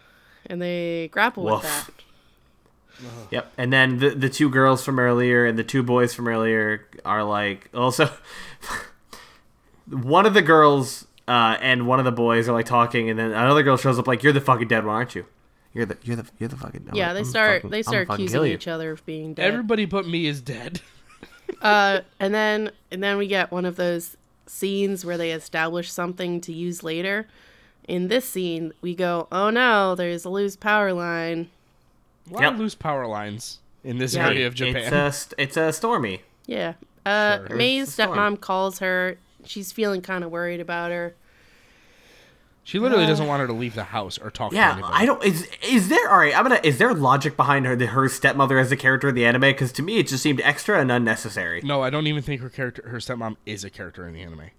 C: and they grapple
D: Woof.
C: with that.
D: Yep. And then the the two girls from earlier and the two boys from earlier are like also [laughs] one of the girls uh, and one of the boys are like talking, and then another girl shows up like, "You're the fucking dead one, aren't you? You're the you're the you're the fucking
C: Yeah, they start they start accusing each other of being dead.
B: Everybody but me is dead.
C: Uh, and then and then we get one of those scenes where they establish something to use later. In this scene, we go, "Oh no, there's a loose power line."
B: Why
D: Yep.
B: loose power lines in this
C: Yeah.
B: area of
D: It's uh,
B: Japan?
D: a st- it's a stormy.
C: Yeah. Uh,
B: Sure.
C: May's
D: It's a storm.
C: stepmom calls her. She's feeling kind of worried about her.
B: she literally doesn't want her to leave the house or talk to
D: Yeah,
B: anybody.
D: I don't. Is is there? All right, I'm gonna. Is there logic behind her her stepmother as a character in the anime? Because to me, it just seemed extra and unnecessary.
B: no, I don't even think her character, her stepmom, is a character in the anime.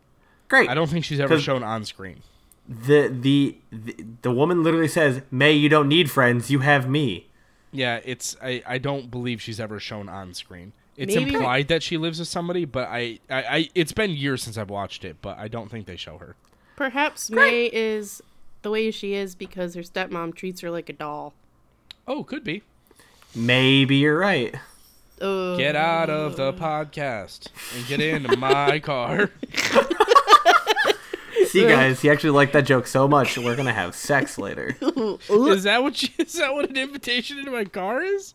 D: Great.
B: I don't think she's ever
D: 'Cause-
B: shown on screen.
D: The, the the the woman literally says, "May, you don't need friends. You have me."
B: Yeah, it's I, I don't believe she's ever shown on screen. It's
C: Maybe-
B: implied that she lives with somebody, but I, I, I, it's been years since I've watched it, but I don't think they show her.
C: Perhaps May is the way she is because her stepmom treats her like a doll.
B: Oh, could be.
D: Maybe
B: [laughs]
D: you're right.
C: Ugh.
B: Get out of the podcast and get into my car.
D: See, guys, he actually liked that joke so much. We're gonna have sex
B: [laughs]
D: later.
B: Is that what you, is that what an invitation into my car is?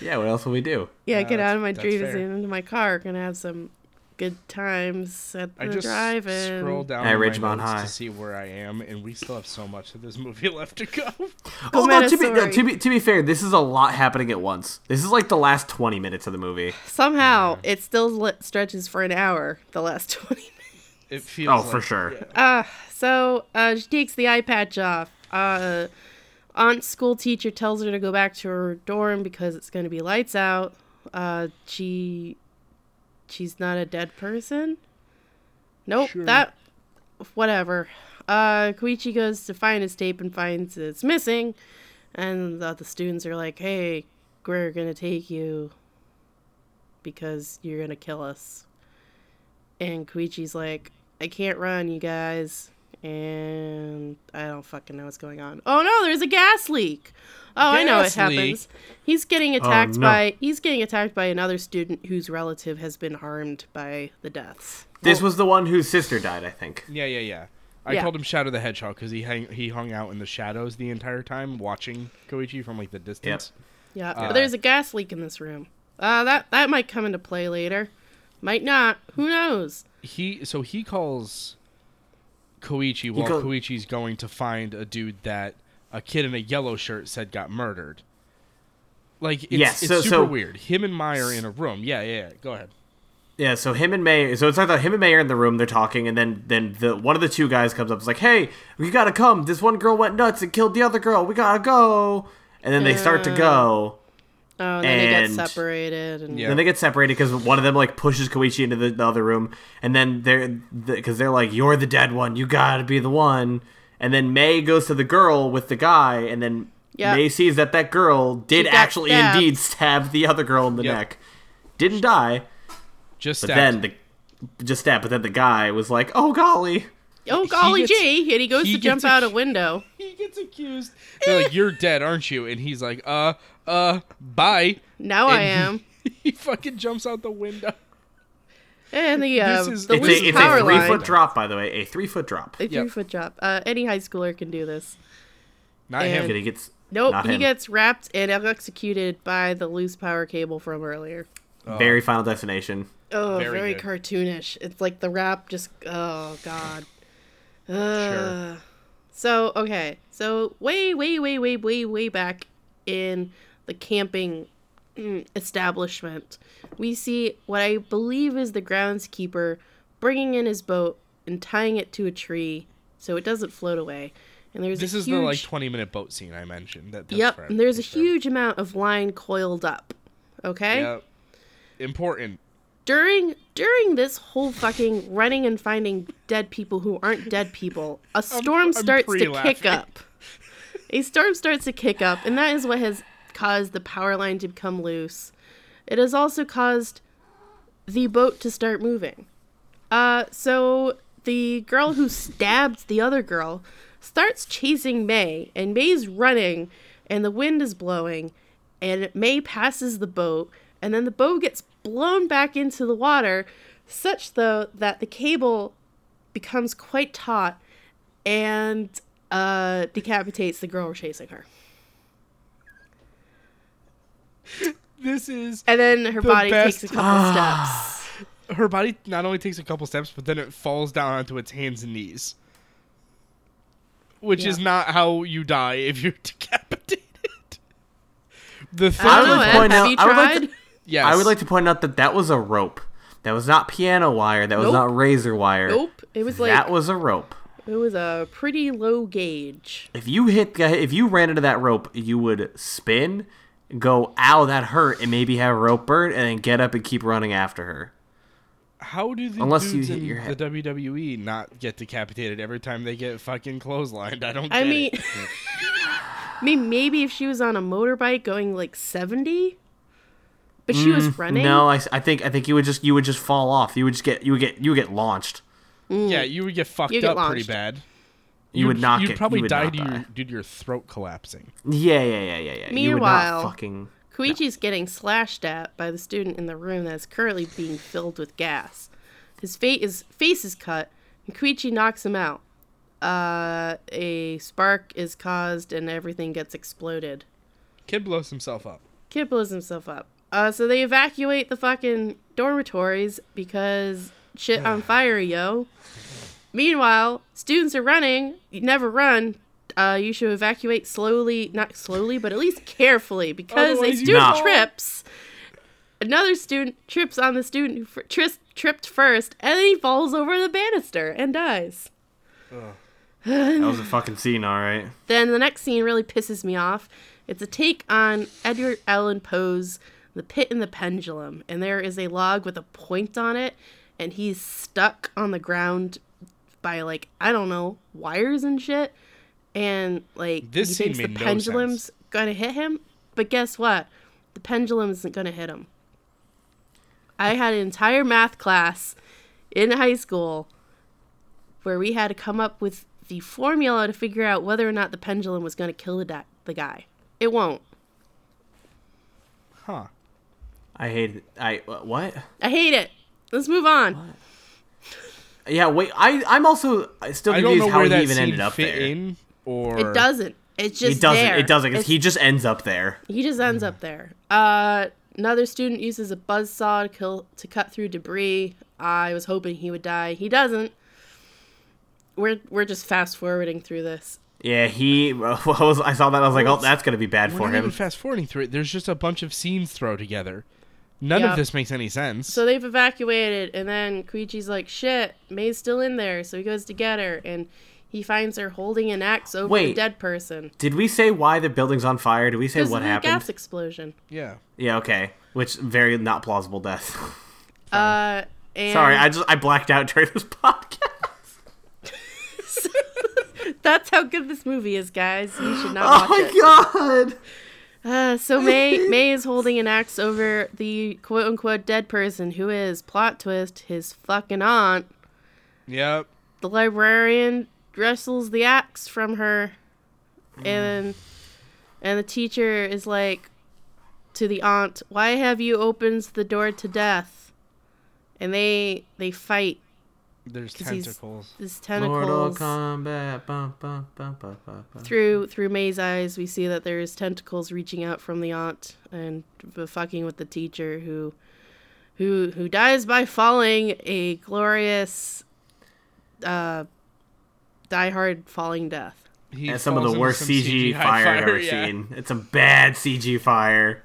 D: Yeah, what else will we do?
C: Yeah, get
B: that's-
C: out of my
B: that's
C: dreams
B: fair.
C: and into my car. Gonna have some good times at the
B: I just
C: drive-in.
B: scroll down
D: At
B: in my
D: Ridgemont
B: notes
D: High.
B: to see where I am, and we still have so much of this movie [laughs] left to go.
D: Although to be no,
C: Gometasauri.
D: to be to be fair, this is a lot happening at once. This is like the last twenty minutes of the movie.
C: Somehow it still li- stretches for an hour. The last [laughs] twenty. minutes.
B: It feels
D: Oh,
B: like-
D: for sure.
C: So uh, she takes the eye patch off. Uh, aunt's school teacher tells her to go back to her dorm because it's gonna be lights out. Uh, she, she's not a dead person. Nope.
B: Sure.
C: That. Whatever. Uh, Koichi goes to find his tape and finds it's missing, and the, the students are like, "Hey, we're gonna take you because you're gonna kill us." And Koichi's like, "I can't run, you guys." And I don't fucking know what's going on. Oh no, there's a gas leak. Oh, I know it
B: Gas leak?
C: happens. He's
B: Oh,
C: getting attacked
D: no.
C: by he's getting attacked by another student whose relative has been harmed by the deaths.
D: This was the one whose sister died, I think.
B: Yeah, yeah, yeah. I
C: Yeah.
B: called him Shadow the Hedgehog because he hang, he hung out in the shadows the entire time, watching Koichi from like the distance.
C: Yeah,
B: Uh.
C: but there's a gas leak in this room. Uh, that that might come into play later, might not. Who knows?
B: He so he calls Koichi while
D: call-
B: Koichi's going to find a dude that a kid in a yellow shirt said got murdered. Like it's,
D: Yes,
B: it's
D: so-
B: super
D: so-
B: weird. Him and Mai are in a room. Yeah, yeah, yeah. Go ahead.
D: Yeah, so him and May, so it's like that him and May are in the room, they're talking, and then then the one of the two guys comes up, is like, "Hey, we gotta come. This one girl went nuts and killed the other girl. We gotta go." And then they start to go.
C: Oh, and then they
D: And-
C: get separated, and
B: Yeah.
D: Then they get separated because one of them like pushes Koichi into the, the other room, and then they're because they're like, "You're the dead one. You gotta be the one." And then May goes to the girl with the guy, and then
C: Yeah.
D: May sees that that girl did
C: got
D: actually
C: stabbed.
D: indeed stab the other girl in the
B: Yep.
D: neck, didn't die.
B: Just
D: But
B: stabbed.
D: then the just that, but then the guy was like, "Oh golly."
C: oh golly
B: gets-
C: gee, and he goes
B: he
C: to jump
B: gets a-
C: out a window.
B: he gets accused. They're like, "You're dead, aren't you?" And he's like, "Uh, uh, bye."
C: Now I am.
B: [laughs] He fucking jumps out the window.
C: And the
B: This
C: uh,
B: is-
C: the
B: It's
D: It's
C: loose
D: a, it's
C: power
D: a three
C: line.
D: foot drop, by the way. A three foot drop.
C: A three
B: Yep.
C: foot drop. Uh, any high schooler can do this.
B: Not
C: And-
B: him.
D: Did he get? s-
C: Nope,
D: Not
C: he
D: him.
C: gets wrapped and executed by the loose power cable from earlier.
B: Oh.
D: very Final Destination.
C: Oh,
B: Very
C: very,
B: good.
C: cartoonish. It's like the rap just oh god. Uh, So okay, so way way way way way way back in the camping mm, establishment, we see what I believe is the groundskeeper bringing in his boat and tying it to a tree so it doesn't float away. And there's
B: This
C: a
B: is
C: huge,
B: the like 20 minute boat scene I mentioned. That that's
C: yep.
B: for-
C: And there's a
B: that's for-
C: huge amount of line coiled up. Okay
B: Yep. Important.
C: during during this whole fucking running and finding dead people who aren't dead people, a storm
B: I'm
C: starts to kick
B: pre-laughing.
C: up. A storm starts to kick up, and that is what has caused the power line to become loose. It has also caused the boat to start moving. Uh, so the girl who stabbed the other girl starts chasing May, and May's running, and the wind is blowing, and May passes the boat, and then the boat gets blown back into the water, such though that the cable becomes quite taut and uh, decapitates the girl chasing her.
B: This is
C: And then her
B: The
C: body
B: best-
C: takes a couple
D: Ah.
C: steps.
B: her body not only takes a couple steps, but then it falls down onto its hands and knees, which is
C: Yeah.
B: not how you die if you're [laughs] decapitated. The third,
C: I don't
D: would
C: know, Ed,
D: point
C: have
D: out-
C: you
D: I would like
C: tried?
D: to-
B: yes,
D: I would like to point out that that was a rope. That was not piano wire. That was
C: Nope.
D: not razor wire.
C: Nope. It was like
D: that was a rope.
C: it was a pretty low gauge.
D: If you hit, the, if you ran into that rope, you would spin, go, "Ow, that hurt," and maybe have a rope burn, and then get up and keep running after her.
B: How do the
D: Unless you
B: dudes
D: hit
B: in
D: your head.
B: the WWE not get decapitated every time they get fucking clotheslined? I don't.
C: I
B: get it.
C: mean, [laughs] I mean, maybe if she was on a motorbike going like 70, But she was running.
D: No, I, s- I think I think you would just you would just fall off. You would just get you would get you would get launched.
B: Yeah, you would get fucked
C: You'd get
B: up pretty
C: launched.
B: bad.
D: You would not
B: You'd
D: get
B: probably
D: you would
B: die,
D: not
B: to Your, due to your throat collapsing.
D: [laughs] Yeah, yeah, yeah, yeah, yeah. you would
C: Meanwhile-
D: not fucking [laughs]
C: Koichi's getting slashed at by the student in the room that is currently being filled with gas. His fa- his face is cut, and Koichi knocks him out. Uh, a spark is caused, and everything gets exploded.
B: Kid blows himself up.
C: Kid blows himself up. Uh, so they evacuate the fucking dormitories because
B: [sighs]
C: shit on fire, yo. Meanwhile, students are running. You never run. Uh, you should evacuate slowly, not slowly, but at least carefully because a
B: Otherwise you
C: student
D: fall.
C: trips. Another student trips on the student who fir- tris- tripped first, and then he falls over the banister and dies.
D: That was a fucking scene, all right.
C: Then the next scene really pisses me off. It's a take on Edgar Allan Poe's The Pit and the Pendulum, and there is a log with a point on it, and he's stuck on the ground by like I don't know wires and shit, and like
B: This
C: he
B: scene
C: thinks the
B: made no
C: pendulum's gonna hit him, but guess what? The pendulum isn't gonna hit him. I had an entire math class in high school where we had to come up with the formula to figure out whether or not the pendulum was going to kill the, di- the guy. It won't.
B: Huh.
D: I hate I wh- what?
C: I hate it. Let's move on.
D: Yeah, wait. I I'm also still
B: I don't
D: confused
B: know
D: how
B: where
D: he
B: that
D: even
B: scene
D: ended up
B: fit
D: there.
B: in, or
C: It doesn't. It's just
D: It doesn't.
C: there.
D: It doesn't. 'cause
C: It's-
D: he just ends up there.
C: he just ends up there. Uh, another student uses a buzzsaw to kill to cut through debris. I was hoping he would die. He doesn't. We're we're just fast forwarding through this.
D: Yeah, he. [laughs] I was- I saw that. I was like, oh, that's gonna be bad
B: We're
D: for
B: not even
D: him.
B: fast forwarding through it. There's just a bunch of scenes thrown together. None
C: Yeah.
B: of this makes any sense.
C: So they've evacuated, and then Koichi's like, "Shit, May's still in there," so he goes to get her, and he finds her holding an axe over the
D: Wait.
C: dead person.
D: Did we say why the building's on fire? Did we say
C: There's
D: what
C: a
D: happened?
C: gas explosion.
B: yeah.
D: Yeah. Okay. Which very not plausible death. [laughs]
C: Uh, and
D: Oh. Sorry, I just I blacked out during this [laughs] podcast.
C: that's how good this movie is, guys. You should
D: [laughs] Oh
C: not watch it.
D: my god.
C: Uh, so
D: [laughs]
C: May May is holding an axe over the quote unquote dead person, who is plot twist his fucking aunt.
B: Yep.
C: The librarian wrestles the axe from her, and and the teacher is like to the aunt, "Why have you opened the door to death?" And they they fight
B: There's
C: 'Cause he's-
B: tentacles.
C: this
D: Mortal
C: tentacles.
D: Kombat. Bum, bum, bum, bum, bum, bum.
C: through through May's eyes, we see that there's tentacles reaching out from the aunt and b- fucking with the teacher who who who dies by falling a glorious uh diehard falling death.
B: He
D: And some of
B: falls
D: the
B: into
D: worst
B: some
D: CG,
B: CGI
D: fire, I've ever
B: yeah.
D: seen. It's some bad CG fire.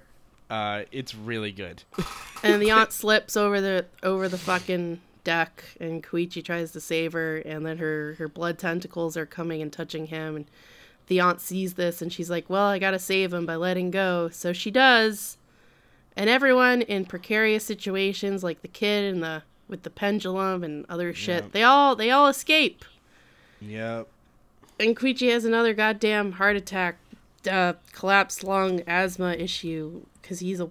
B: Uh, it's really
D: [laughs]
B: good.
C: And the aunt slips over the over the fucking deck and Koichi tries to save her and then her her blood tentacles are coming and touching him and the aunt sees this and she's like, "Well, I got to save him by letting go." So she does. And everyone in precarious situations like the kid and the with the pendulum and other shit, they all they all escape.
B: Yep.
C: And Koichi has another goddamn heart attack, uh, collapsed lung, asthma issue, because he's a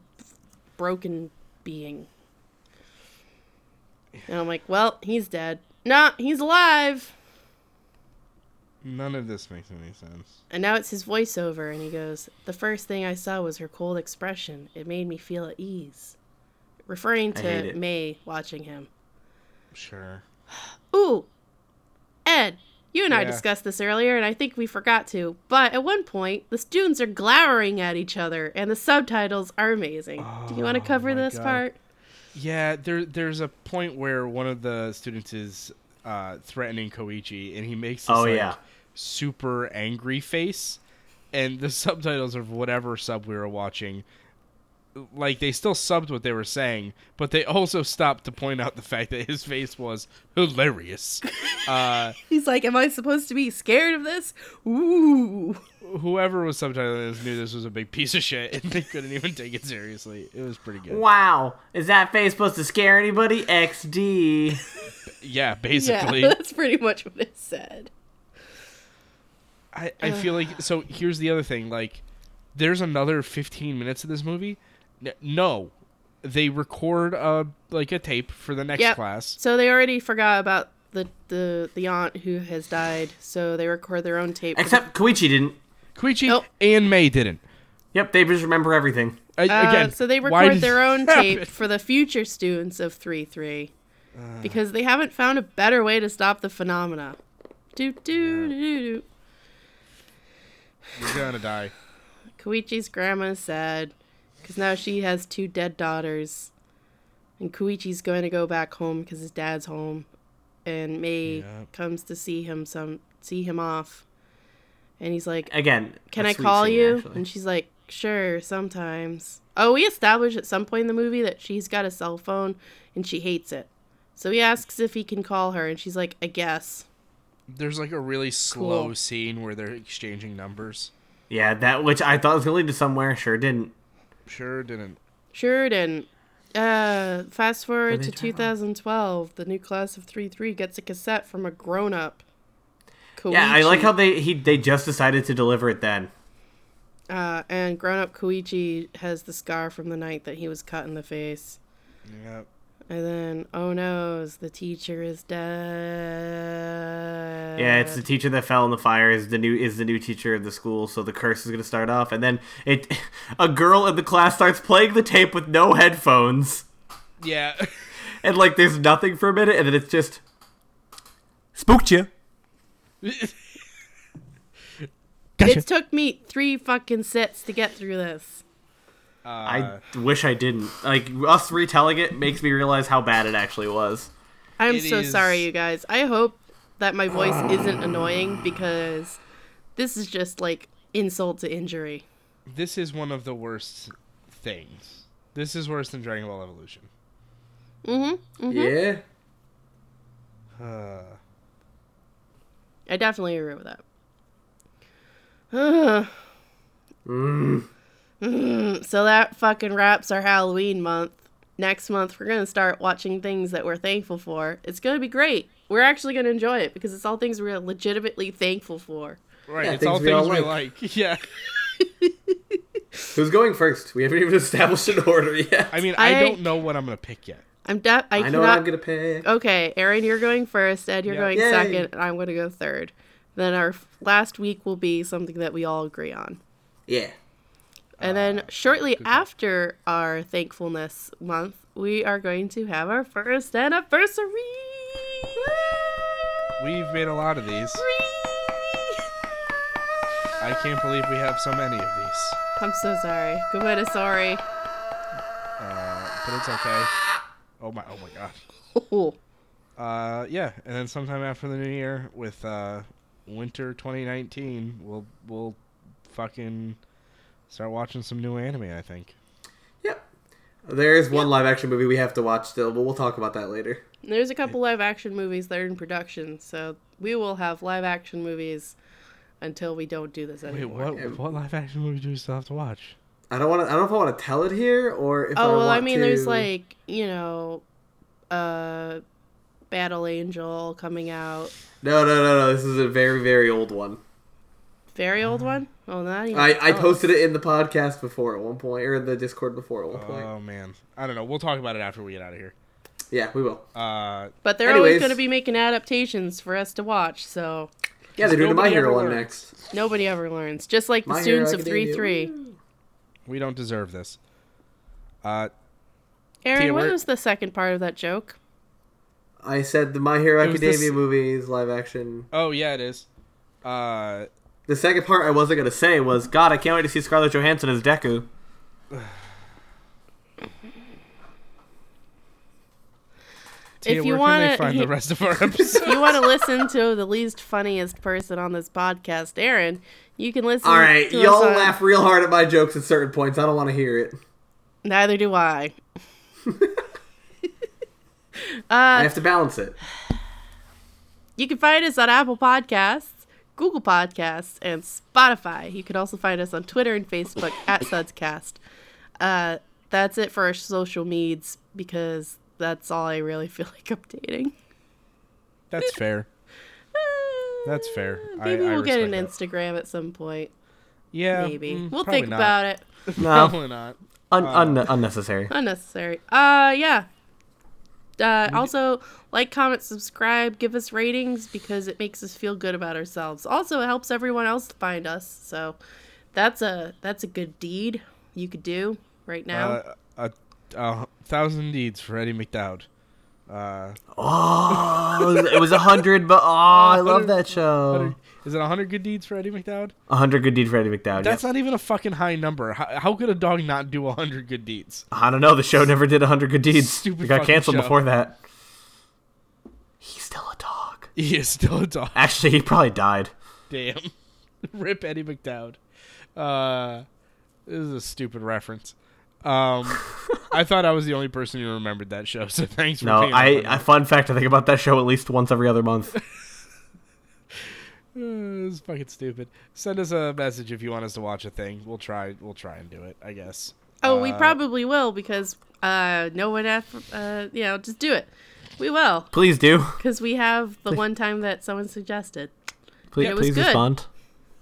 C: broken being. And I'm like, well, he's dead. Nah, he's alive.
B: None of this makes any sense.
C: And now it's his voiceover, and he goes, The first thing I saw was her cold expression. It made me feel at ease. Referring
D: I hate
C: to
D: it.
C: May watching him.
B: Sure.
C: Ooh, Ed, you and I
B: Yeah.
C: discussed this earlier, and I think we forgot to. But at one point, the students are glowering at each other, and the subtitles are amazing. Do you want to cover
B: Oh my
C: this
B: God.
C: part?
B: Yeah, there there's a point where one of the students is uh, threatening Koichi, and he makes this
D: Oh,
B: like,
D: yeah.
B: super angry face, and the [laughs] subtitles of whatever sub we were watching, like they still subbed what they were saying, but they also stopped to point out the fact that his face was hilarious. [laughs] uh,
C: He's like, Am I supposed to be scared of this? Ooh.
B: whoever was subtitling this knew this was a big piece of shit, and they couldn't even take it seriously. It was pretty good.
D: Wow. Is that face supposed to scare anybody? XD.
B: Yeah, basically.
C: [laughs] Yeah, that's pretty much what it said.
B: I, I feel like so here's the other thing like there's another 15 minutes of this movie N- no they record uh like a tape for the next
C: Yep.
B: class.
C: So they already forgot about the, the the aunt who has died. So they record their own tape.
D: Except Koichi didn't.
B: Koichi
C: Nope.
B: and May didn't.
D: Yep, they just remember everything.
B: I,
C: Uh,
B: again,
C: so they
B: why
C: record
B: did
C: their
B: this
C: own
B: happen?
C: tape for the future students of three three, because they haven't found a better way to stop the phenomena. Do do do do.
B: You're gonna die.
C: Koichi's grandma is sad because now she has two dead daughters, and Koichi's going to go back home because his dad's home, and May comes to see him some see him off, and he's like,
D: Again,
C: "Can
D: a
C: I
D: sweet
C: call
D: scene,
C: you?"
D: actually.
C: And she's like, "Sure, sometimes." Oh, we established at some point in the movie that she's got a cell phone and she hates it, so he asks if he can call her, and she's like, "I guess."
B: There's like a really slow
C: Cool.
B: scene where they're exchanging numbers.
D: Yeah, that which I thought was gonna lead to somewhere, sure didn't.
B: Sure didn't.
C: Sure didn't. Uh, fast forward
D: Then
C: to
D: they turn it on.
C: 2012. The new class of 3-3 gets a cassette from a grown-up.
D: Yeah, I like
C: Koichi.
D: how they he they just decided to deliver it then.
C: Uh, and grown-up Koichi has the scar from the night that he was cut in the face.
B: Yep.
C: And then, oh no, the teacher is dead.
D: Yeah, it's the teacher that fell in the fire is the new is the new teacher of the school, so the curse is gonna start off, and then it [laughs] a girl in the class starts playing the tape with no headphones,
B: Yeah. [laughs]
D: and like there's nothing for a minute, and then it's just
E: Spooked you. Gotcha.
C: It took me three fucking sets to get through this.
D: I wish I didn't. Like us retelling it makes me realize how bad it actually was.
C: I'm
B: It
C: so
B: is-
C: sorry, you guys. I hope that my voice isn't annoying because this is just like insult to injury.
B: this is one of the worst things. This is worse than Dragon Ball Evolution.
C: Mm-hmm.
D: Yeah.
B: Uh,
C: I definitely agree with that. [sighs] Mm, So that fucking wraps our Halloween month. Next month, we're going to start watching things that we're thankful for. It's going to be great. We're actually going to enjoy it because it's all things we're legitimately thankful for.
B: right.
D: Yeah,
B: it's
D: things
B: all
D: we all
B: things we like. [laughs] Yeah.
D: Who's going first? We haven't even [laughs] established an order yet.
B: I mean, I,
C: I-
B: don't know what I'm gonna pick yet.
C: I'm de- I,
D: I
C: cannot. Oh.
D: know what I'm gonna pick.
C: Okay, Aaron, you're going first. Ed, you're
B: Yeah.
C: going
D: Yay.
C: second, and I'm going to go third. Then our f- last week will be something that we all agree on.
D: Yeah.
C: And then shortly after our thankfulness month, we are going to have our first anniversary.
B: We've made a lot of these. I can't believe we have so many of these,
C: I'm so sorry. Goodbye to sorry.
B: but it's okay. Oh my! Oh my God.
C: Ooh.
B: Uh, yeah, and then sometime after the new year, with uh, winter 2019, we'll we'll fucking start watching some new anime. I think.
D: Yep. There is one live action movie we have to watch still, but we'll talk about that later.
C: There's a couple live action movies that are in production, so we will have live action movies until we don't do this
B: Wait,
C: anymore.
B: what what live action movie do we still have to watch?
D: I don't want to. I don't know if I want to tell it here or if. I
C: Oh well, I
D: want
C: mean, there's
D: to-
C: like you know, uh, Battle Angel coming out,
D: No, no, no, no. This is a very, very old one.
C: very old one. Oh, not even.
D: Mm-hmm. I, I
C: tell us.
D: posted it in the podcast before at one point, or in the Discord before at one point.
B: Oh man, I don't know. We'll talk about it after we get out of here.
D: yeah, we will.
B: Uh,
C: But they're always
D: Anyways.
C: going to be making adaptations for us to watch, so
D: Yeah, they're doing a My
B: nobody
D: Hero
B: ever
D: one
B: learns.
D: next.
C: nobody ever learns. Just like the
D: My Hero
C: students of three
D: Academia.
C: three.
B: we don't deserve this. Uh,
C: Aaron,
B: Tia,
C: what
B: where-
C: was the second part of that joke?
D: I said the My Hero
B: It was
D: Academia
B: this-
D: movies live action.
B: oh yeah, it is. Uh,
D: The second part I wasn't gonna say was God. I can't wait to see Scarlett Johansson as Deku.
B: Tia,
C: if you
B: where
C: want
B: can they
C: [laughs]
B: find the
C: to,
B: rest of our episodes?
C: you want to listen to the least funniest person on this podcast, Aaron, you can listen.
D: All right,
C: to us
D: y'all
C: on-
D: laugh real hard at my jokes at certain points. I don't want to hear it.
B: Uh,
C: Neither do I.
D: I have to
B: [laughs]
D: balance it.
C: You can find us on Apple Podcasts, Google Podcasts, and Spotify. You can also find us on Twitter and
B: [coughs]
C: Facebook at Sudscast. Uh, that's it for our social meds because that's all I really [laughs] feel
B: [laughs]
C: like updating.
B: That's fair. That's fair. I-
C: Mm, Maybe
B: I
C: we'll get an
B: respect that.
C: Instagram at some point.
B: Yeah,
C: Maybe
B: mm,
C: we'll
B: probably
C: think
B: not.
C: about it.
D: [laughs] No,
B: Probably not.
D: un- un- unnecessary.
C: Unnecessary. Uh, yeah. Uh, also, like, comment, subscribe, give us ratings because it makes us feel good about ourselves. Also, it helps everyone else find us. So, that's a that's a good deed you could do right now.
B: Uh, a, a thousand deeds for Eddie McDowd. Uh,
D: Oh, it was a hundred,
B: [laughs]
D: but oh, I love that
B: oh.
D: show.
B: is it hundred good deeds for Eddie McDowd?
D: A hundred good deed for Eddie McDowd.
B: That's
D: Yep.
B: not even a fucking high number. How, how could a dog not do hundred good deeds? [laughs]
D: I don't know. The show never did a hundred good deeds.
B: Stupid
D: it got
B: fucking
D: canceled
B: show.
D: before that. He's still a dog.
B: He is still a [laughs] dog.
D: Actually, he probably died.
B: Damn. [laughs] Rip Eddie McDowd. Uh, this is a stupid reference. [laughs] Um, I thought I was the only person who remembered that show, so thanks for
D: No,
B: picking up on
D: I,
B: that.
D: I. Fun fact: I think about that show at least once every other month.
B: Uh, it's fucking stupid. Send us a message if you want us to watch a thing. We'll try. We'll try and do it. I guess.
C: oh, we probably will because uh, no one asked. Uh, you know, just do it. We will
D: Please do.
C: because we have the one time that someone suggested.
D: Please,
C: Yeah, it was
D: please
C: good.
D: respond.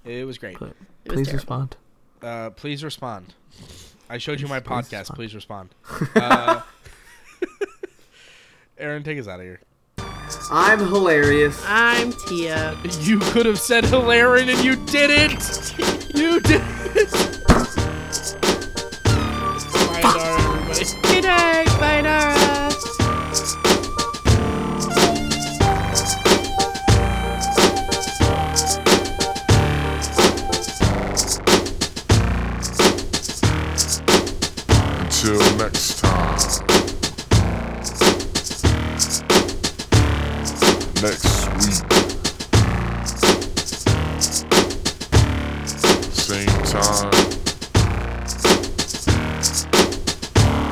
B: It was great.
C: It was
D: Please
C: terrible.
D: respond.
B: Uh, please respond. I showed you my
D: Please
B: podcast.
D: respond.
B: Please
D: [laughs]
B: respond. Uh, Aaron, take us out of here.
D: I'm hilarious.
C: I'm Tia.
B: You could have said Hilarion and you didn't. You did. Bye, Nara, everybody.
C: Good night. Bye, Nara.
A: Until next time. Next week. Same time.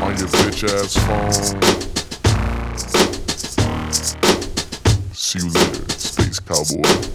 A: On your bitch ass phone. See you later, Space Cowboy.